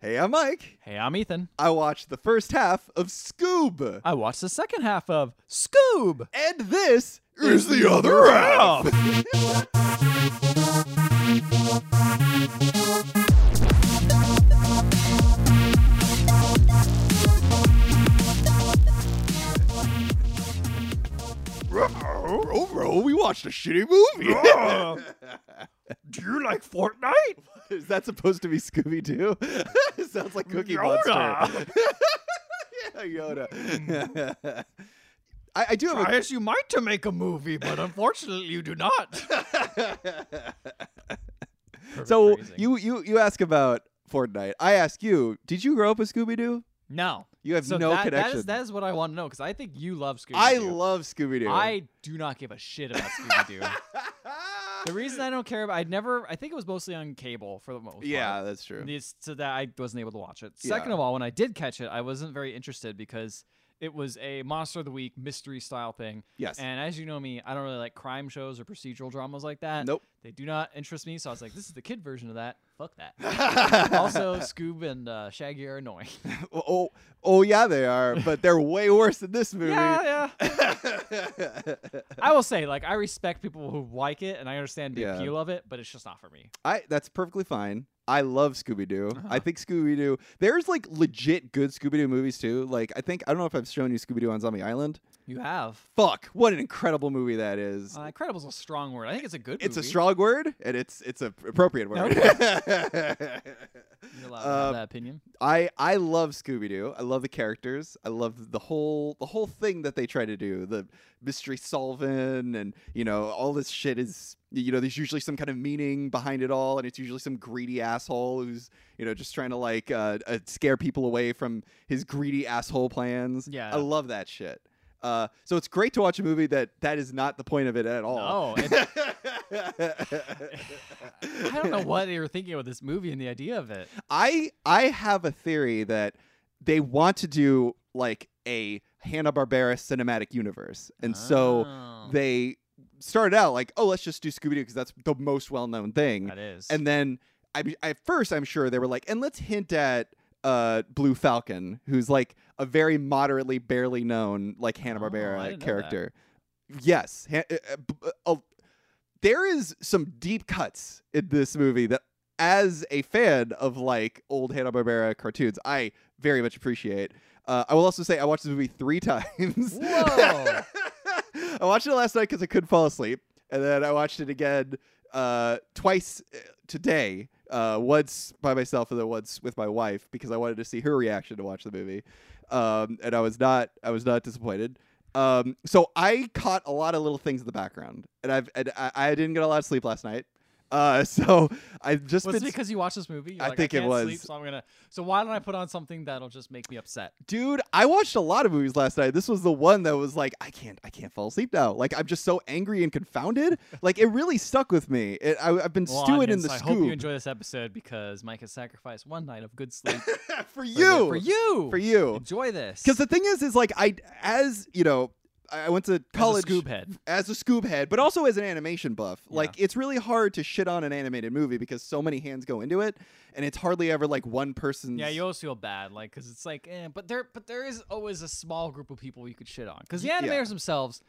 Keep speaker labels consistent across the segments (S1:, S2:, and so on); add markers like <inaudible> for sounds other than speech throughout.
S1: Hey, I'm Mike.
S2: Hey, I'm Ethan.
S1: I watched the first half of Scoob.
S2: I watched the second half of Scoob.
S1: And this is the other half. Row, row, Oh, we watched a shitty movie. <laughs>
S2: Do you like Fortnite?
S1: is that supposed to be Scooby <laughs> Doo? Sounds like Cookie Monster. <laughs> yeah,
S2: Yoda.
S1: Yoda. <laughs> I, I do have a
S2: as you might to make a movie, but unfortunately you do <laughs> not.
S1: <laughs> so you you you ask about Fortnite. I ask you, did you grow up with Scooby Doo?
S2: no,
S1: You have
S2: so
S1: no
S2: that,
S1: connection.
S2: That is, that is what I want to know because I think you love Scooby.
S1: I love Scooby Doo.
S2: I do not give a shit about Scooby Doo. the reason I don't care about, I never. I think it was mostly on cable for the most
S1: <laughs>
S2: part.
S1: yeah, that's true.
S2: These- so that I wasn't able to watch it.
S1: Yeah.
S2: Second of all, when I did catch it, I wasn't very interested because it was a monster of the week mystery style thing.
S1: Yes.
S2: And as you know me, I don't really like crime shows or procedural dramas like that.
S1: Nope.
S2: They do not interest me. So I was like, this is the kid version of that. Fuck that. <laughs> <laughs> also, Scoob and uh, Shaggy are annoying.
S1: <laughs>
S2: <laughs>
S1: oh, oh oh yeah, they are, but they're way worse than this movie.
S2: yeah, yeah.
S1: <laughs>
S2: I will say, like, I respect people who like it and I understand the
S1: Yeah.
S2: appeal of it, but it's just not for me.
S1: I that's perfectly fine. I love Scooby Doo. I think Scooby Doo. There's like legit good Scooby Doo movies too. Like I think I don't know if I've shown you Scooby Doo on Zombie Island.
S2: You have.
S1: Fuck, what an incredible movie that is.
S2: Uh, incredible's a strong word. I think it's a good
S1: it's a
S2: movie.
S1: strong word and it's it's a appropriate word. <laughs>
S2: You're allowed to have
S1: uh,
S2: that opinion.
S1: I I love Scooby Doo. I love the characters. I love the whole the whole thing that they try to do. The mystery solving and you know all this shit is you know there's usually some kind of meaning behind it all, and it's usually some greedy asshole who's you know just trying to like uh, uh, scare people away from his greedy asshole plans.
S2: Yeah.
S1: I love that shit. Uh, so it's great to watch a movie that that is not the point of it at <laughs>
S2: <laughs>
S1: all.
S2: Oh, and I don't know what they were thinking with this movie and the idea of it.
S1: I I have a theory that they want to do like a Hanna Barbera cinematic universe, and so
S2: Oh.
S1: they started out like, oh, let's just do Scooby Doo because that's the most well known thing,
S2: that is
S1: and then I mean, at first I'm sure they were like, and let's hint at uh Blue Falcon, who's like a very moderately, barely known like Hanna
S2: Oh, I
S1: Barbera
S2: didn't know
S1: character. Yes, Han- uh, uh, b- uh, there is some deep cuts in this movie that, as a fan of like old Hanna Barbera cartoons, I very much appreciate. Uh, I will also say I watched the movie three <laughs> times.
S2: Whoa.
S1: <laughs> I watched it last night because I couldn't fall asleep, and then I watched it again uh, twice uh, today. Uh, once by myself, and then once with my wife because I wanted to see her reaction to watch the movie, um, and I was not I was not disappointed. Um, so I caught a lot of little things in the background, and I've and I, I didn't get a lot of sleep last night. Uh, <laughs> so I've just
S2: was it
S1: been
S2: because you watched this movie? You're
S1: I
S2: like,
S1: think it
S2: can't
S1: was.
S2: Sleep, so I'm gonna. So why don't I put on something that'll just make me upset?
S1: dude i watched a lot of movies last night this was the one that was like i can't i can't fall asleep now like i'm just so angry and
S2: <laughs>
S1: confounded like it really stuck with me it, I, i've been
S2: Well,
S1: stewing in
S2: audience,
S1: the
S2: I
S1: scoop
S2: hope you enjoy this episode because Mike has sacrificed one night of good sleep for,
S1: <laughs> for
S2: the-
S1: you
S2: for you,
S1: for you
S2: Enjoy this
S1: because the thing is is like i as you know i I went to college <laughs>
S2: Scoob head.
S1: as a Scoob head, but also as an animation buff. Like it's really hard to shit on an animated movie because so many hands go into it, and it's hardly ever like one person's.
S2: Yeah, you always feel bad, like, because it's like, eh, but there, but there is always a small group of people you could shit on, because the
S1: Yeah.
S2: animators themselves,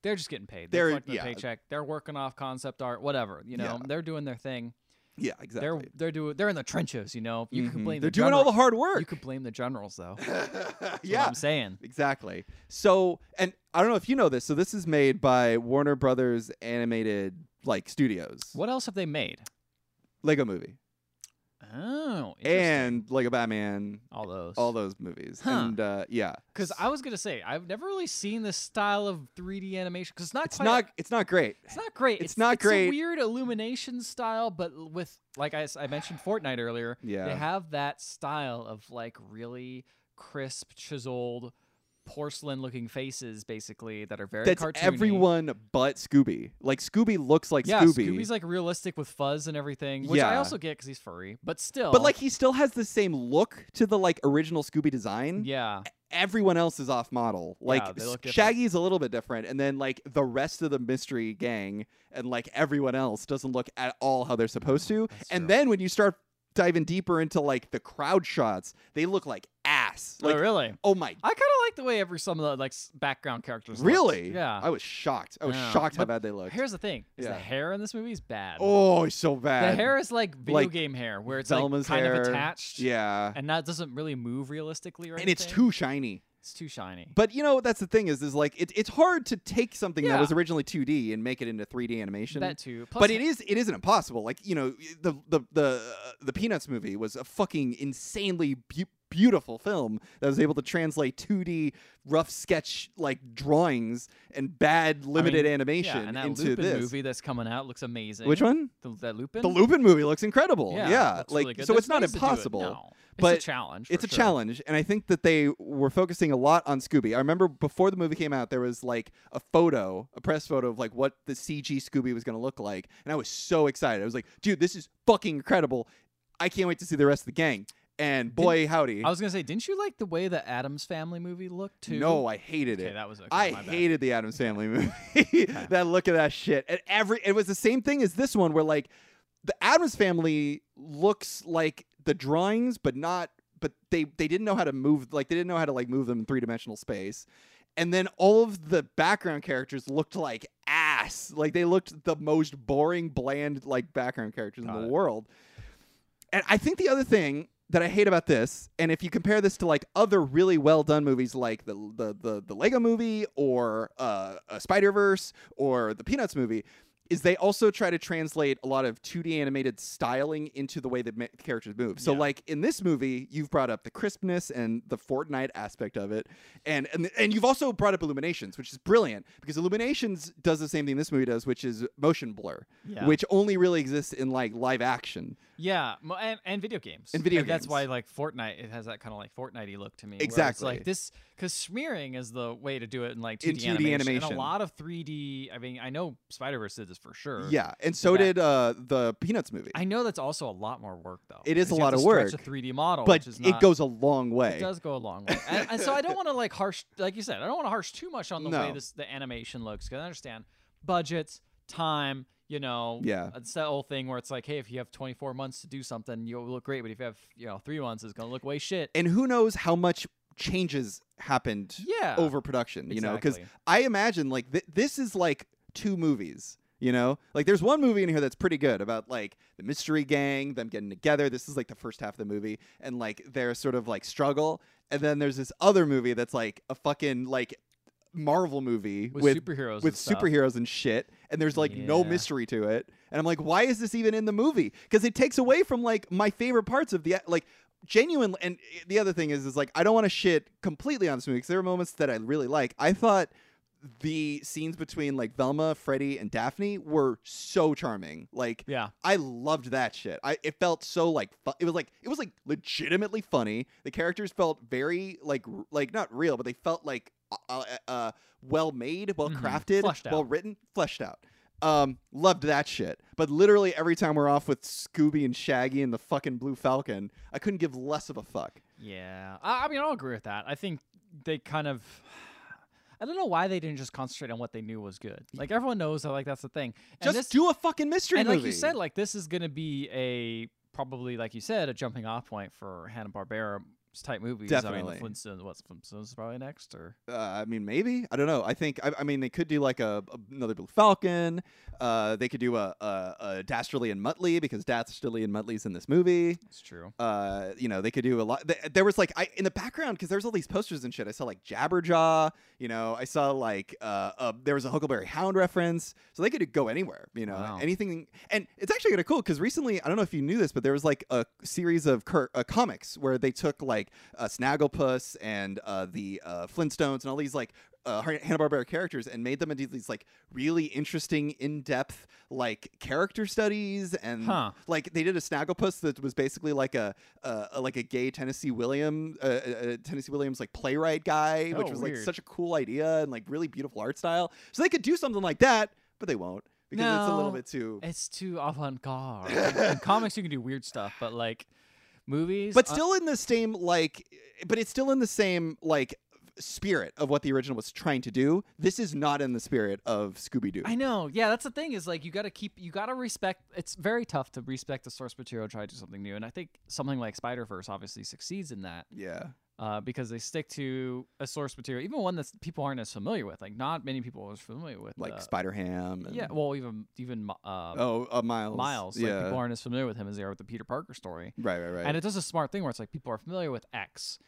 S2: they're just getting paid.
S1: They're-
S2: They're, collecting
S1: yeah.
S2: their paycheck. They're working off concept art, whatever. You know,
S1: Yeah.
S2: they're doing their thing.
S1: yeah, exactly.
S2: They're they're doing they're in the trenches. You know, you
S1: Mhm.
S2: can blame
S1: They're
S2: the
S1: doing all the
S2: general-
S1: hard work.
S2: You
S1: <laughs>
S2: could blame the generals though. That's what
S1: yeah,
S2: I'm saying.
S1: Exactly. So, and I don't know if you know this. So, this is made by Warner Brothers Animated like studios,
S2: What else have they made?
S1: Lego Movie,
S2: Oh,
S1: and Lego Batman,
S2: all those,
S1: all those movies,
S2: Huh.
S1: and uh, yeah,
S2: Because I was gonna say I've never really seen this style of 3D animation. Because it's not
S1: it's
S2: quite
S1: not it's not great.
S2: It's not great.
S1: It's not great.
S2: A weird illumination style, but l- with like I, s- I mentioned Fortnite earlier.
S1: Yeah.
S2: They have that style of like really crisp, chiseled, porcelain-looking faces, basically that are very
S1: That's
S2: cartoony.
S1: everyone but Scooby. Like Scooby looks like
S2: Yeah,
S1: Scooby,
S2: Scooby's like realistic with fuzz and everything, which I
S1: Yeah.
S2: also get because he's furry, but still.
S1: but like he still has the same look to the like original Scooby design.
S2: yeah,
S1: everyone else is off model. Like
S2: they look different.
S1: Shaggy's a little bit different, and then like the rest of the mystery gang and like everyone else doesn't look at all how they're supposed to.
S2: That's
S1: and
S2: true.
S1: then when you start diving deeper into like the crowd shots, they look like ass. Like,
S2: oh, really?
S1: oh my
S2: I kind of like the way every some of the like s- background characters. looked.
S1: Really?
S2: Yeah.
S1: I was shocked. I was
S2: Yeah.
S1: shocked how
S2: But
S1: bad they looked.
S2: Here's the thing: is
S1: Yeah.
S2: the hair in this movie is bad.
S1: oh, it's so bad.
S2: the hair is like video
S1: like,
S2: game hair, where it's
S1: Velma's
S2: like kind
S1: hair.
S2: of attached.
S1: Yeah.
S2: And that doesn't really move realistically, or
S1: And it's
S2: anything.
S1: too shiny.
S2: It's too shiny.
S1: But you know, that's the thing is, is like it, it's hard to take something that
S2: Yeah.
S1: was originally 2D and make it into 3D animation.
S2: that too. Plus,
S1: but it is it isn't impossible. Like you know, the the the uh, the Peanuts movie was a fucking insanely beau- beautiful film that was able to translate 2D rough sketch like drawings and bad limited animation
S2: yeah, and that
S1: into
S2: Lupin
S1: this.
S2: movie that's coming out looks amazing.
S1: Which one?
S2: The, that Lupin.
S1: The Lupin movie looks incredible. Yeah,
S2: looks
S1: like
S2: really good.
S1: so
S2: There's
S1: it's not
S2: ways to do it
S1: impossible.
S2: now.
S1: but
S2: it's a challenge. for
S1: It's a
S2: sure.
S1: challenge, and I think that they were focusing a lot on Scooby. I remember before the movie came out, there was like a photo, a press photo of like what the CG Scooby was going to look like, and I was so excited. I was like, "Dude, this is fucking incredible! I can't wait to see the rest of the gang." And boy, howdy!
S2: I was gonna say, didn't you like the way the Adams Family movie looked too?
S1: no, I hated it.
S2: Okay, that was okay.
S1: I
S2: my bad.
S1: hated the Adams Family
S2: <laughs>
S1: movie. that look of that shit. And every it was the same thing as this one where like the Adams Family looks like the drawings, but not but they they didn't know how to move like they didn't know how to like move them in three dimensional space. And then all of the background characters looked like ass. Like they looked the most boring, bland like background characters in
S2: Got
S1: the
S2: it.
S1: world. And I think the other thing that I hate about this, and if you compare this to like other really well done movies like the the the, the Lego movie or uh, a Spider Verse or the Peanuts movie, is they also try to translate a lot of 2D animated styling into the way that ma- characters move. So
S2: Yeah.
S1: like in this movie, you've brought up the crispness and the Fortnite aspect of it, and and and you've also brought up Illuminations, which is brilliant because Illuminations does the same thing this movie does, which is motion blur,
S2: Yeah.
S1: which only really exists in like live action.
S2: Yeah, mo- and, and video games.
S1: And video
S2: And That's why
S1: games.
S2: like Fortnite, it has that kind of like Fortnite-y look to me. where It's
S1: Exactly.
S2: like this because smearing is the way to do it in like 2D,
S1: In 2D
S2: animation. And
S1: animation.
S2: a lot of 3D. I mean, I know Spider Verse did this for sure.
S1: Yeah, and so
S2: that-
S1: did uh, the Peanuts movie.
S2: I know that's also a lot more work though.
S1: It is
S2: 'cause
S1: a
S2: you have
S1: lot
S2: to
S1: of
S2: stretch
S1: work,
S2: A 3D model,
S1: but
S2: which is
S1: it
S2: not,
S1: goes a long way.
S2: It does go a long way, and, and so
S1: <laughs>
S2: I don't want to like harsh, like you said, I don't want to harsh too much on the way
S1: No.
S2: this the animation looks. Because I understand budgets, time, you know,
S1: Yeah.
S2: it's that whole thing where it's like, hey, if you have 24 months to do something, you'll look great, but if you have you know three months, it's gonna look way shit.
S1: And who knows how much changes happened
S2: yeah,
S1: over production, you know? Because
S2: Exactly.
S1: I imagine like th- this is like two movies. You know, like there's one movie in here that's pretty good about like the mystery gang, them getting together. This is like the first half of the movie, and like their sort of like struggle. And then there's this other movie that's like a fucking like Marvel movie
S2: with, superheroes, and
S1: with
S2: stuff.
S1: superheroes and shit and there's like no
S2: Yeah.
S1: mystery to it and i'm like why is this even in the movie because it takes away from like my favorite parts of the like genuine and the other thing is is like i don't want to shit completely on this movie because there are moments that i really like i thought the scenes between like velma freddy and daphne were so charming like
S2: Yeah,
S1: I loved that shit. I it felt so like fu- it was like it was like legitimately funny. The characters felt very like r- like not real, but they felt like uh, uh well made, well
S2: Mhm.
S1: crafted,
S2: Fleshed out.
S1: well written, fleshed out. Um, loved that shit. But literally every time we're off with Scooby and Shaggy and the fucking Blue Falcon, I couldn't give less of a fuck.
S2: yeah. I, I mean, I'll agree with that. I think they kind of. I don't know why they didn't just concentrate on what they knew was good. Like everyone knows that, like that's the thing. And
S1: Just
S2: this,
S1: do a fucking mystery
S2: and
S1: movie.
S2: like you said like this is going to be a probably like you said a jumping off point for hanna-barbera type movies
S1: Definitely.
S2: i mean the flintstones what's flintstones probably next or
S1: Uh, I mean, maybe I don't know. I think I, I mean they could do like a, a- another Blue Falcon. Uh, they could do a, a, a Dastardly and Muttley because Dastardly and Muttley's in this movie.
S2: it's true
S1: Uh, you know, they could do a lot. th- There was like I in the background because there's all these posters and shit. I saw like Jabberjaw. You know, I saw like uh, uh there was a Huckleberry Hound reference. So they could go anywhere. You know,
S2: Wow.
S1: anything. And it's actually kind of cool because recently I don't know if you knew this, but there was like a series of cur- uh, comics where they took like uh, Snagglepuss and uh, the uh, Flintstones and all these like. Uh, Hanna Barbera characters and made them into these like really interesting, in depth like character studies and
S2: Huh.
S1: like they did a Snagglepuss that was basically like a uh, a- like a gay Tennessee William uh, uh, Tennessee Williams like playwright guy, which
S2: Oh,
S1: was like
S2: weird.
S1: such a cool idea and like really beautiful art style. So they could do something like that, but they won't because it's a little
S2: No.
S1: bit too.
S2: it's too
S1: <laughs>
S2: avant-garde in comics you can do weird stuff but like movies
S1: But
S2: uh,
S1: still in the same like, but it's still in the same like spirit of what the original was trying to do. This is not in the spirit of Scooby Doo.
S2: I know. Yeah, that's the thing is like you got to keep you got to respect it's very tough to respect the source material and try to do something new. And I think something like Spider-Verse obviously succeeds in that
S1: Yeah.
S2: uh, because they stick to a source material, even one that people aren't as familiar with. Like not many people are as familiar with
S1: Like
S2: uh,
S1: Spider Ham.
S2: Yeah, well even even Mi- uh,
S1: Oh, uh, Miles.
S2: Miles, like
S1: Yeah.
S2: people aren't as familiar with him as they are with the Peter Parker story.
S1: right, right, right.
S2: And it does a smart thing where it's like people are familiar with X.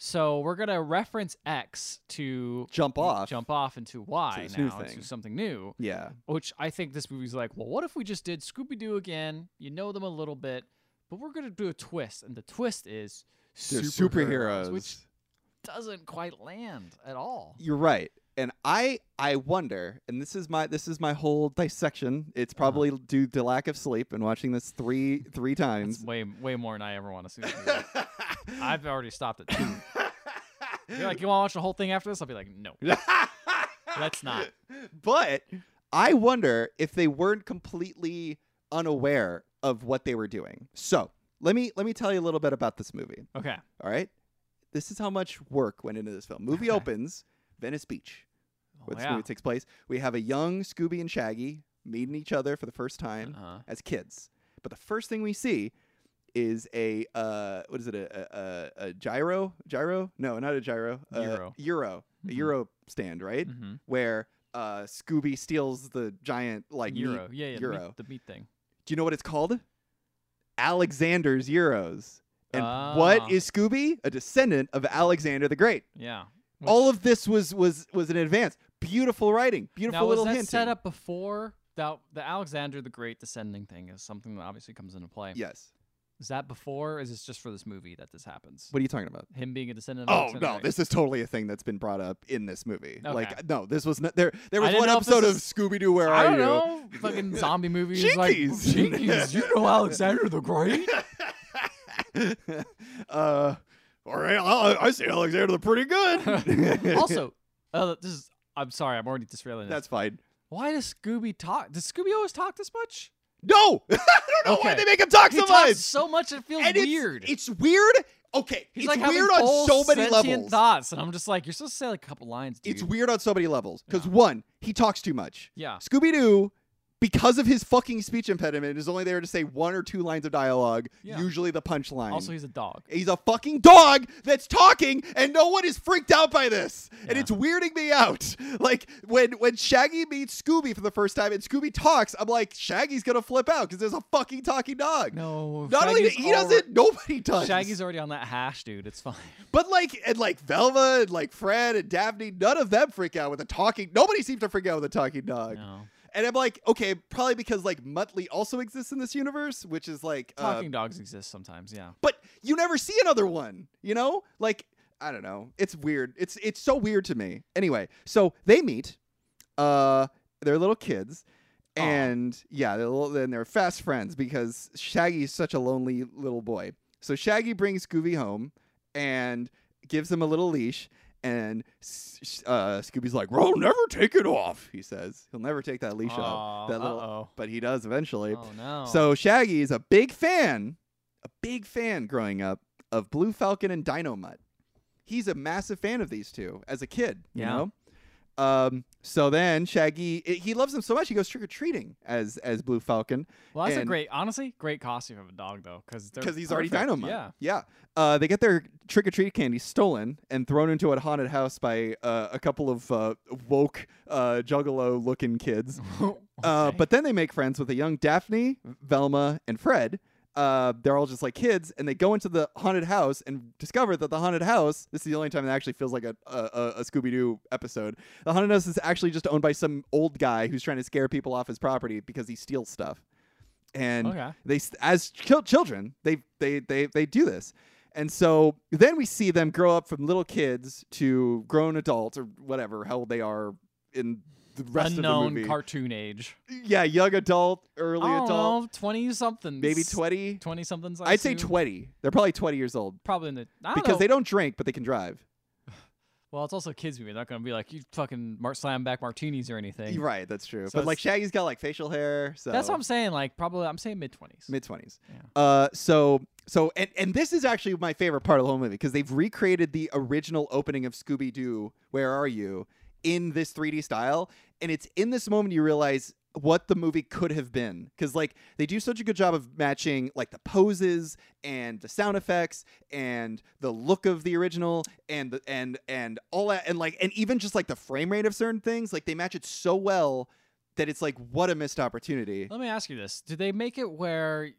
S2: So we're gonna reference X to
S1: Jump off.
S2: jump off into Y
S1: this new
S2: now
S1: thing.
S2: into something new.
S1: Yeah.
S2: Which I think this movie's like, well, what if we just did Scooby Doo again? You know them a little bit, but we're gonna do a twist, and the twist is
S1: They're
S2: superheroes,
S1: superheroes.
S2: which doesn't quite land at all.
S1: You're right. And I I wonder, and this is my this is my whole dissection. It's probably due to lack of sleep and watching this three three
S2: It's
S1: times.
S2: way way more than I ever want to
S1: <laughs>
S2: see. this movie. I've already stopped it. <laughs> You're like, you want to watch the whole thing after this? I'll be like, no. <laughs> Let's not.
S1: But I wonder if they weren't completely unaware of what they were doing. So let me let me tell you a little bit about this movie.
S2: Okay.
S1: All right. This is how much work went into this film. Movie
S2: Okay.
S1: opens Venice Beach, where
S2: Oh,
S1: this
S2: yeah.
S1: movie takes place. We have a young Scooby and Shaggy meeting each other for the first time
S2: Uh-huh.
S1: as kids. But the first thing we see is a uh, what is it? A, a, a, a gyro? Gyro? No, not a gyro. Uh,
S2: Euro.
S1: Euro. A
S2: Mhm.
S1: euro stand, right?
S2: hmm
S1: Where uh, Scooby steals the giant like meat-
S2: Euro. Yeah, yeah. the meat-
S1: Euro.
S2: The meat, thing.
S1: Do you know what it's called? Alexander's Euros. And what
S2: Ah.
S1: is Scooby? A descendant of Alexander the Great.
S2: Yeah.
S1: All of this was was was an advance. Beautiful writing. Beautiful
S2: now,
S1: little
S2: was that
S1: hint.
S2: set up before that? The Alexander the Great descending thing is something that obviously comes into play.
S1: Yes.
S2: Is that before? Or is this just for this movie that this happens?
S1: What are you talking about?
S2: Him being a descendant. of
S1: Oh
S2: Alexander the
S1: no,
S2: Great.
S1: this is totally a thing that's been brought up in this movie.
S2: Okay.
S1: Like no, this was not there. There
S2: I
S1: was
S2: didn't
S1: one
S2: know if this
S1: episode of
S2: is-
S1: Scooby Doo where are
S2: I don't
S1: you?
S2: know. Fucking zombie movies like
S1: Jinkies.
S2: Jinkies. You know Alexander
S1: <laughs>
S2: the Great?
S1: <laughs> uh, all right, I, I see Alexander the pretty good.
S2: <laughs> also, uh, this is. I'm sorry. I'm already disrailing
S1: <laughs>
S2: this.
S1: that's fine.
S2: Why does Scooby talk? Does Scooby always talk this much?
S1: No, <laughs> I don't know why
S2: Okay.
S1: they make him talk
S2: He
S1: so much.
S2: talks so much it feels
S1: and it's-
S2: weird.
S1: It's, weird. Okay,
S2: He's
S1: it's
S2: like having
S1: weird on
S2: full
S1: so many
S2: sentient
S1: levels.
S2: Thoughts, and I'm just like, you're supposed to say like a couple lines. Dude.
S1: It's weird on so many levels because
S2: Yeah.
S1: one, he talks too much.
S2: Yeah.
S1: Scooby Doo, because of his fucking speech impediment, is only there to say one or two lines of dialogue,
S2: Yeah.
S1: usually the punchline.
S2: Also, he's a dog.
S1: He's a fucking dog that's talking, and no one is freaked out by this, and
S2: Yeah.
S1: it's weirding me out. <laughs> Like when when Shaggy meets Scooby for the first time, and Scooby talks, I'm like, Shaggy's gonna flip out because there's a fucking talking dog.
S2: No.
S1: Not only that
S2: Shaggy's
S1: he
S2: alre-
S1: doesn't, nobody does.
S2: Shaggy's already on that hash, dude. It's fine. <laughs>
S1: But like and like Velma and like Fred and Daphne, none of them freak out with a talking. Nobody seems to freak out with a talking dog.
S2: No.
S1: And I'm like, okay, probably because like Muttley also exists in this universe, which is like, uh,
S2: Talking dogs exist sometimes. Yeah.
S1: but you never see another one. You know, like I don't know. It's weird. It's it's so weird to me. Anyway, so they meet. Uh, they're little kids.
S2: Aw.
S1: And yeah, they're little, and they're fast friends because Shaggy is such a lonely little boy. So Shaggy brings Scooby home and gives him a little leash. And S- S- uh, Scooby's like, "Well, never take it off," he says. He'll never take that leash off.
S2: Oh,
S1: That little,
S2: uh-oh.
S1: but he does eventually.
S2: Oh no.
S1: So Shaggy is a big fan, a big fan growing up of Blue Falcon and Dino Mutt. He's a massive fan of these two as a kid, you
S2: Yeah.
S1: know. Um, so then Shaggy i he loves them so much he goes trick or treating as as Blue Falcon
S2: well, that's a
S1: and-
S2: great, honestly, great costume of a dog though, because
S1: because he's already Dino Mutt.
S2: Yeah. <laughs>
S1: yeah. Uh, they get their trick or treat candy stolen and thrown into a haunted house by uh, a couple of uh, woke uh, juggalo looking kids. Uh,
S2: Okay.
S1: but then they make friends with a young Daphne, Velma, and Fred. Uh, they're all just like kids, and they go into the haunted house and discover that the haunted house. This is the only time that actually feels like a a, a- a Scooby Doo episode. The haunted house is actually just owned by some old guy who's trying to scare people off his property because he steals stuff. And
S2: Okay.
S1: they, s- as chil- children, they they they they do this. And so then we see them grow up from little kids to grown adults or whatever how old they are in the rest
S2: unknown
S1: of the movie
S2: cartoon age.
S1: yeah, young adult, early
S2: I don't
S1: adult,
S2: know, twenty something.
S1: maybe 20.
S2: Twenty somethings.
S1: I'd say 20. They're probably 20 years old
S2: Probably in the I don't
S1: because
S2: know.
S1: they don't drink, but they can drive.
S2: Well, it's also a kids movie. They're not gonna be like you fucking mar- slam back martinis or anything.
S1: You're right, that's true.
S2: So
S1: but like
S2: it's-
S1: Shaggy's got like facial hair, so
S2: That's what I'm saying. Like probably I'm saying mid twenties.
S1: mid 20s.
S2: Yeah.
S1: Uh, so So and and this is actually my favorite part of the whole movie because they've recreated the original opening of Scooby Doo Where Are You in this 3D style and it's in this moment you realize what the movie could have been cuz like they do such a good job of matching like the poses and the sound effects and the look of the original and the, and and all that and like and even just like the frame rate of certain things like they match it so well that it's like what a missed opportunity.
S2: Let me ask you this: Did they make it where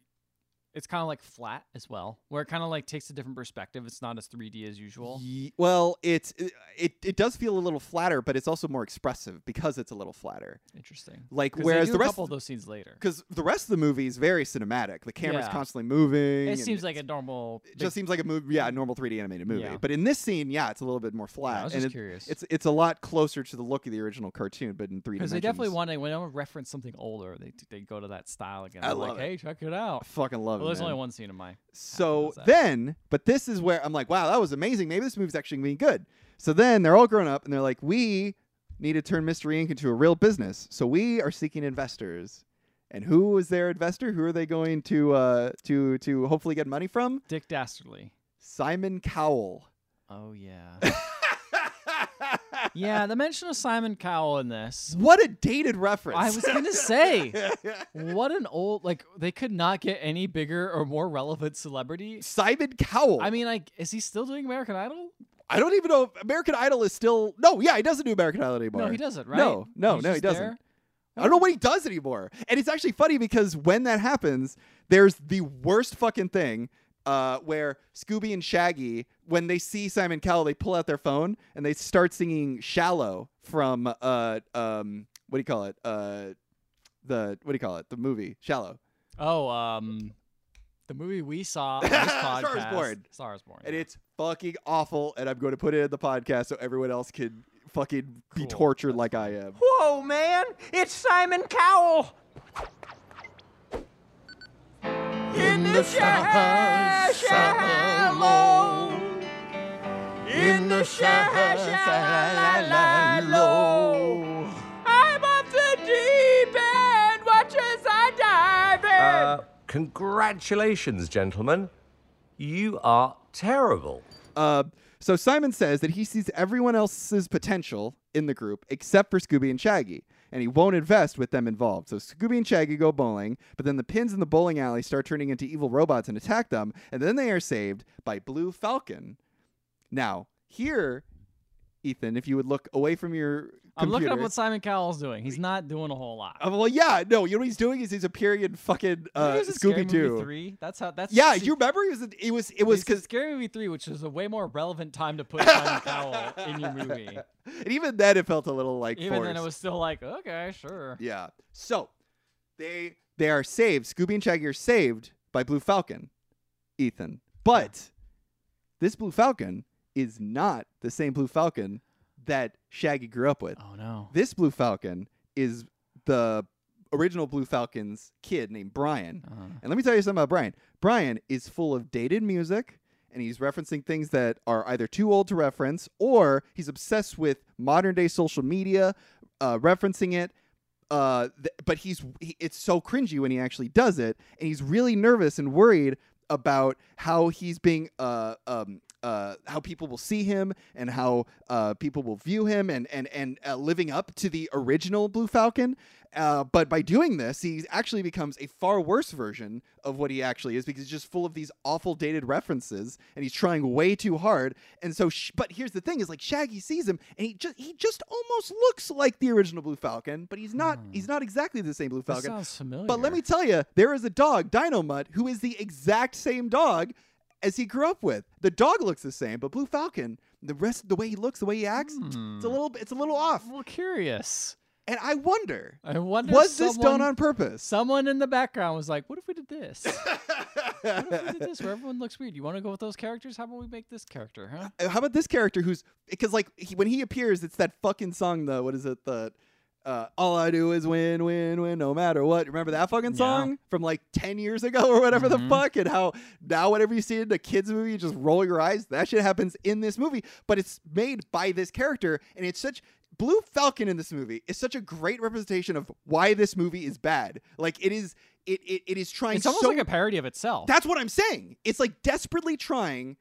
S2: it's kind of like flat as well, where it kind of like takes a different perspective? It's not as 3D as usual.
S1: Ye- well, it's it it does feel a little flatter, but it's also more expressive because it's a little flatter.
S2: Interesting.
S1: Like
S2: 'Cause they
S1: whereas
S2: do
S1: the
S2: a
S1: rest
S2: couple of those scenes later,
S1: because the rest of the movie is very cinematic. The camera's
S2: Yeah.
S1: constantly moving.
S2: it
S1: and
S2: seems
S1: it's-
S2: like a normal.
S1: it just seems like a movie, yeah, a normal 3D animated movie.
S2: Yeah.
S1: But in this scene, yeah, it's a little bit more
S2: big-
S1: flat,
S2: I was
S1: and
S2: just
S1: it-
S2: curious.
S1: it's it's a lot closer to the look of the original cartoon, but in three.
S2: because they definitely
S1: dimensions.
S2: want to when I reference something older, they they go to that style again.
S1: I
S2: They're
S1: love
S2: like, hey, check it out.
S1: I fucking love it.
S2: Well, there's
S1: man.
S2: only one scene in my.
S1: So
S2: does that.
S1: then, but this is where I'm like, wow, that was amazing. Maybe this movie's actually being good. So then they're all grown up and they're like, we need to turn Mystery Inc. into a real business. So we are seeking investors. And who is their investor? Who are they going to uh, to to hopefully get money from?
S2: Dick Dastardly.
S1: Simon Cowell.
S2: Oh yeah. yeah, the mention of Simon Cowell in this.
S1: what a dated reference.
S2: I was
S1: <laughs>
S2: gonna say. What an old like they could not get any bigger or more relevant celebrity.
S1: Simon Cowell.
S2: I mean, like, is he still doing American Idol?
S1: I don't even know if American Idol is still No, yeah, he doesn't do American Idol anymore.
S2: No, he doesn't, right?
S1: No, no,
S2: He's
S1: no, he
S2: just
S1: doesn't.
S2: there?
S1: I don't know what he does anymore. And it's actually funny because when that happens, there's the worst fucking thing uh, where Scooby and Shaggy, when they see Simon Cowell, they pull out their phone and they start singing "Shallow" from uh, um, what do you call it? Uh, the what do you call it? The movie "Shallow,"
S2: Oh, um, the movie
S1: <laughs>
S2: we saw on this podcast,
S1: Star is Born.
S2: Star is Born.
S1: and
S2: yeah.
S1: it's fucking awful. And I'm going to put it in the podcast so everyone else can fucking be
S2: Cool.
S1: tortured like I am.
S3: Whoa, man! It's Simon Cowell! In the sha- shallow. In the sha- shallow. I'm off the deep end. Watch as I dive in.
S4: Uh, congratulations, gentlemen. You are terrible.
S1: Uh, so Simon says that he sees everyone else's potential in the group except for Scooby and Shaggy, and he won't invest with them involved. So Scooby and Shaggy go bowling, but then the pins in the bowling alley start turning into evil robots and attack them, and then they are saved by Blue Falcon. Now, here, Ethan, if you would look away from your
S2: I'm looking up
S1: computer-
S2: what Simon Cowell's doing. He's not doing a whole lot.
S1: Uh, well, yeah, no, you know what he's doing is he's appearing in fucking
S2: Remember
S1: uh,
S2: he was in Scary
S1: Scooby
S2: Movie
S1: Doo.
S2: Three. That's how. That's
S1: Yeah,
S2: see,
S1: you remember he was it was it
S2: he's
S1: was
S2: in
S1: because
S2: Scary Movie Three, which is a way more relevant time
S1: <laughs>
S2: to put Simon Cowell in your movie.
S1: and even then it felt a little like
S2: Even then, it
S1: forced.
S2: was still like, okay, sure.
S1: Yeah. So they they are saved. Scooby and Shaggy are saved by Blue Falcon, Ethan. But this Blue Falcon is not the same Blue Falcon that Shaggy grew up with.
S2: Oh no.
S1: This Blue Falcon is the original Blue Falcon's kid named Brian.
S2: Uh,
S1: And let me tell you something about Brian. Brian is full of dated music and he's referencing things that are either too old to reference or he's obsessed with modern day social media, uh, referencing it. Uh, th- but he's he, it's so cringy when he actually does it, and he's really nervous and worried about how he's being uh um uh how people will see him and how uh people will view him and and and uh, living up to the original Blue Falcon. Uh, but by doing this, he actually becomes a far worse version of what he actually is because he's just full of these awful dated references and he's trying way too hard. And so, sh- but here's the thing: is like Shaggy sees him and he just he just almost looks like the original Blue Falcon, but he's not he's not exactly the same Blue
S2: that
S1: Falcon.
S2: sounds familiar.
S1: But let me tell you, there is a dog, Dino Mutt, who is the exact same dog as he grew up with. The dog looks the same, but Blue Falcon, the rest, the way he looks, the way he acts, it's a little, it's a little off.
S2: I'm a little curious.
S1: And I wonder,
S2: I wonder.
S1: was
S2: someone,
S1: this done on purpose?
S2: Someone in the background was like, "What if we
S1: <laughs>
S2: did this? what if we did this? Where everyone looks weird. You want to go with those characters? How about we make this character, huh?"
S1: Uh, How about this character who's because like he, when he appears, it's that fucking song. The what is it? The uh, all I do is win, win, win, no matter what. Remember that fucking
S2: Yeah.
S1: song from like ten years ago or whatever
S2: Mhm.
S1: the fuck. And how now whenever you see it in a kids movie, you just roll your eyes. That shit happens in this movie, but it's made by this character, and it's such. Blue Falcon in this movie is such a great representation of why this movie is bad. Like it is it it, it is trying
S2: It's almost
S1: so
S2: like a parody of itself.
S1: That's what I'm saying. It's like desperately trying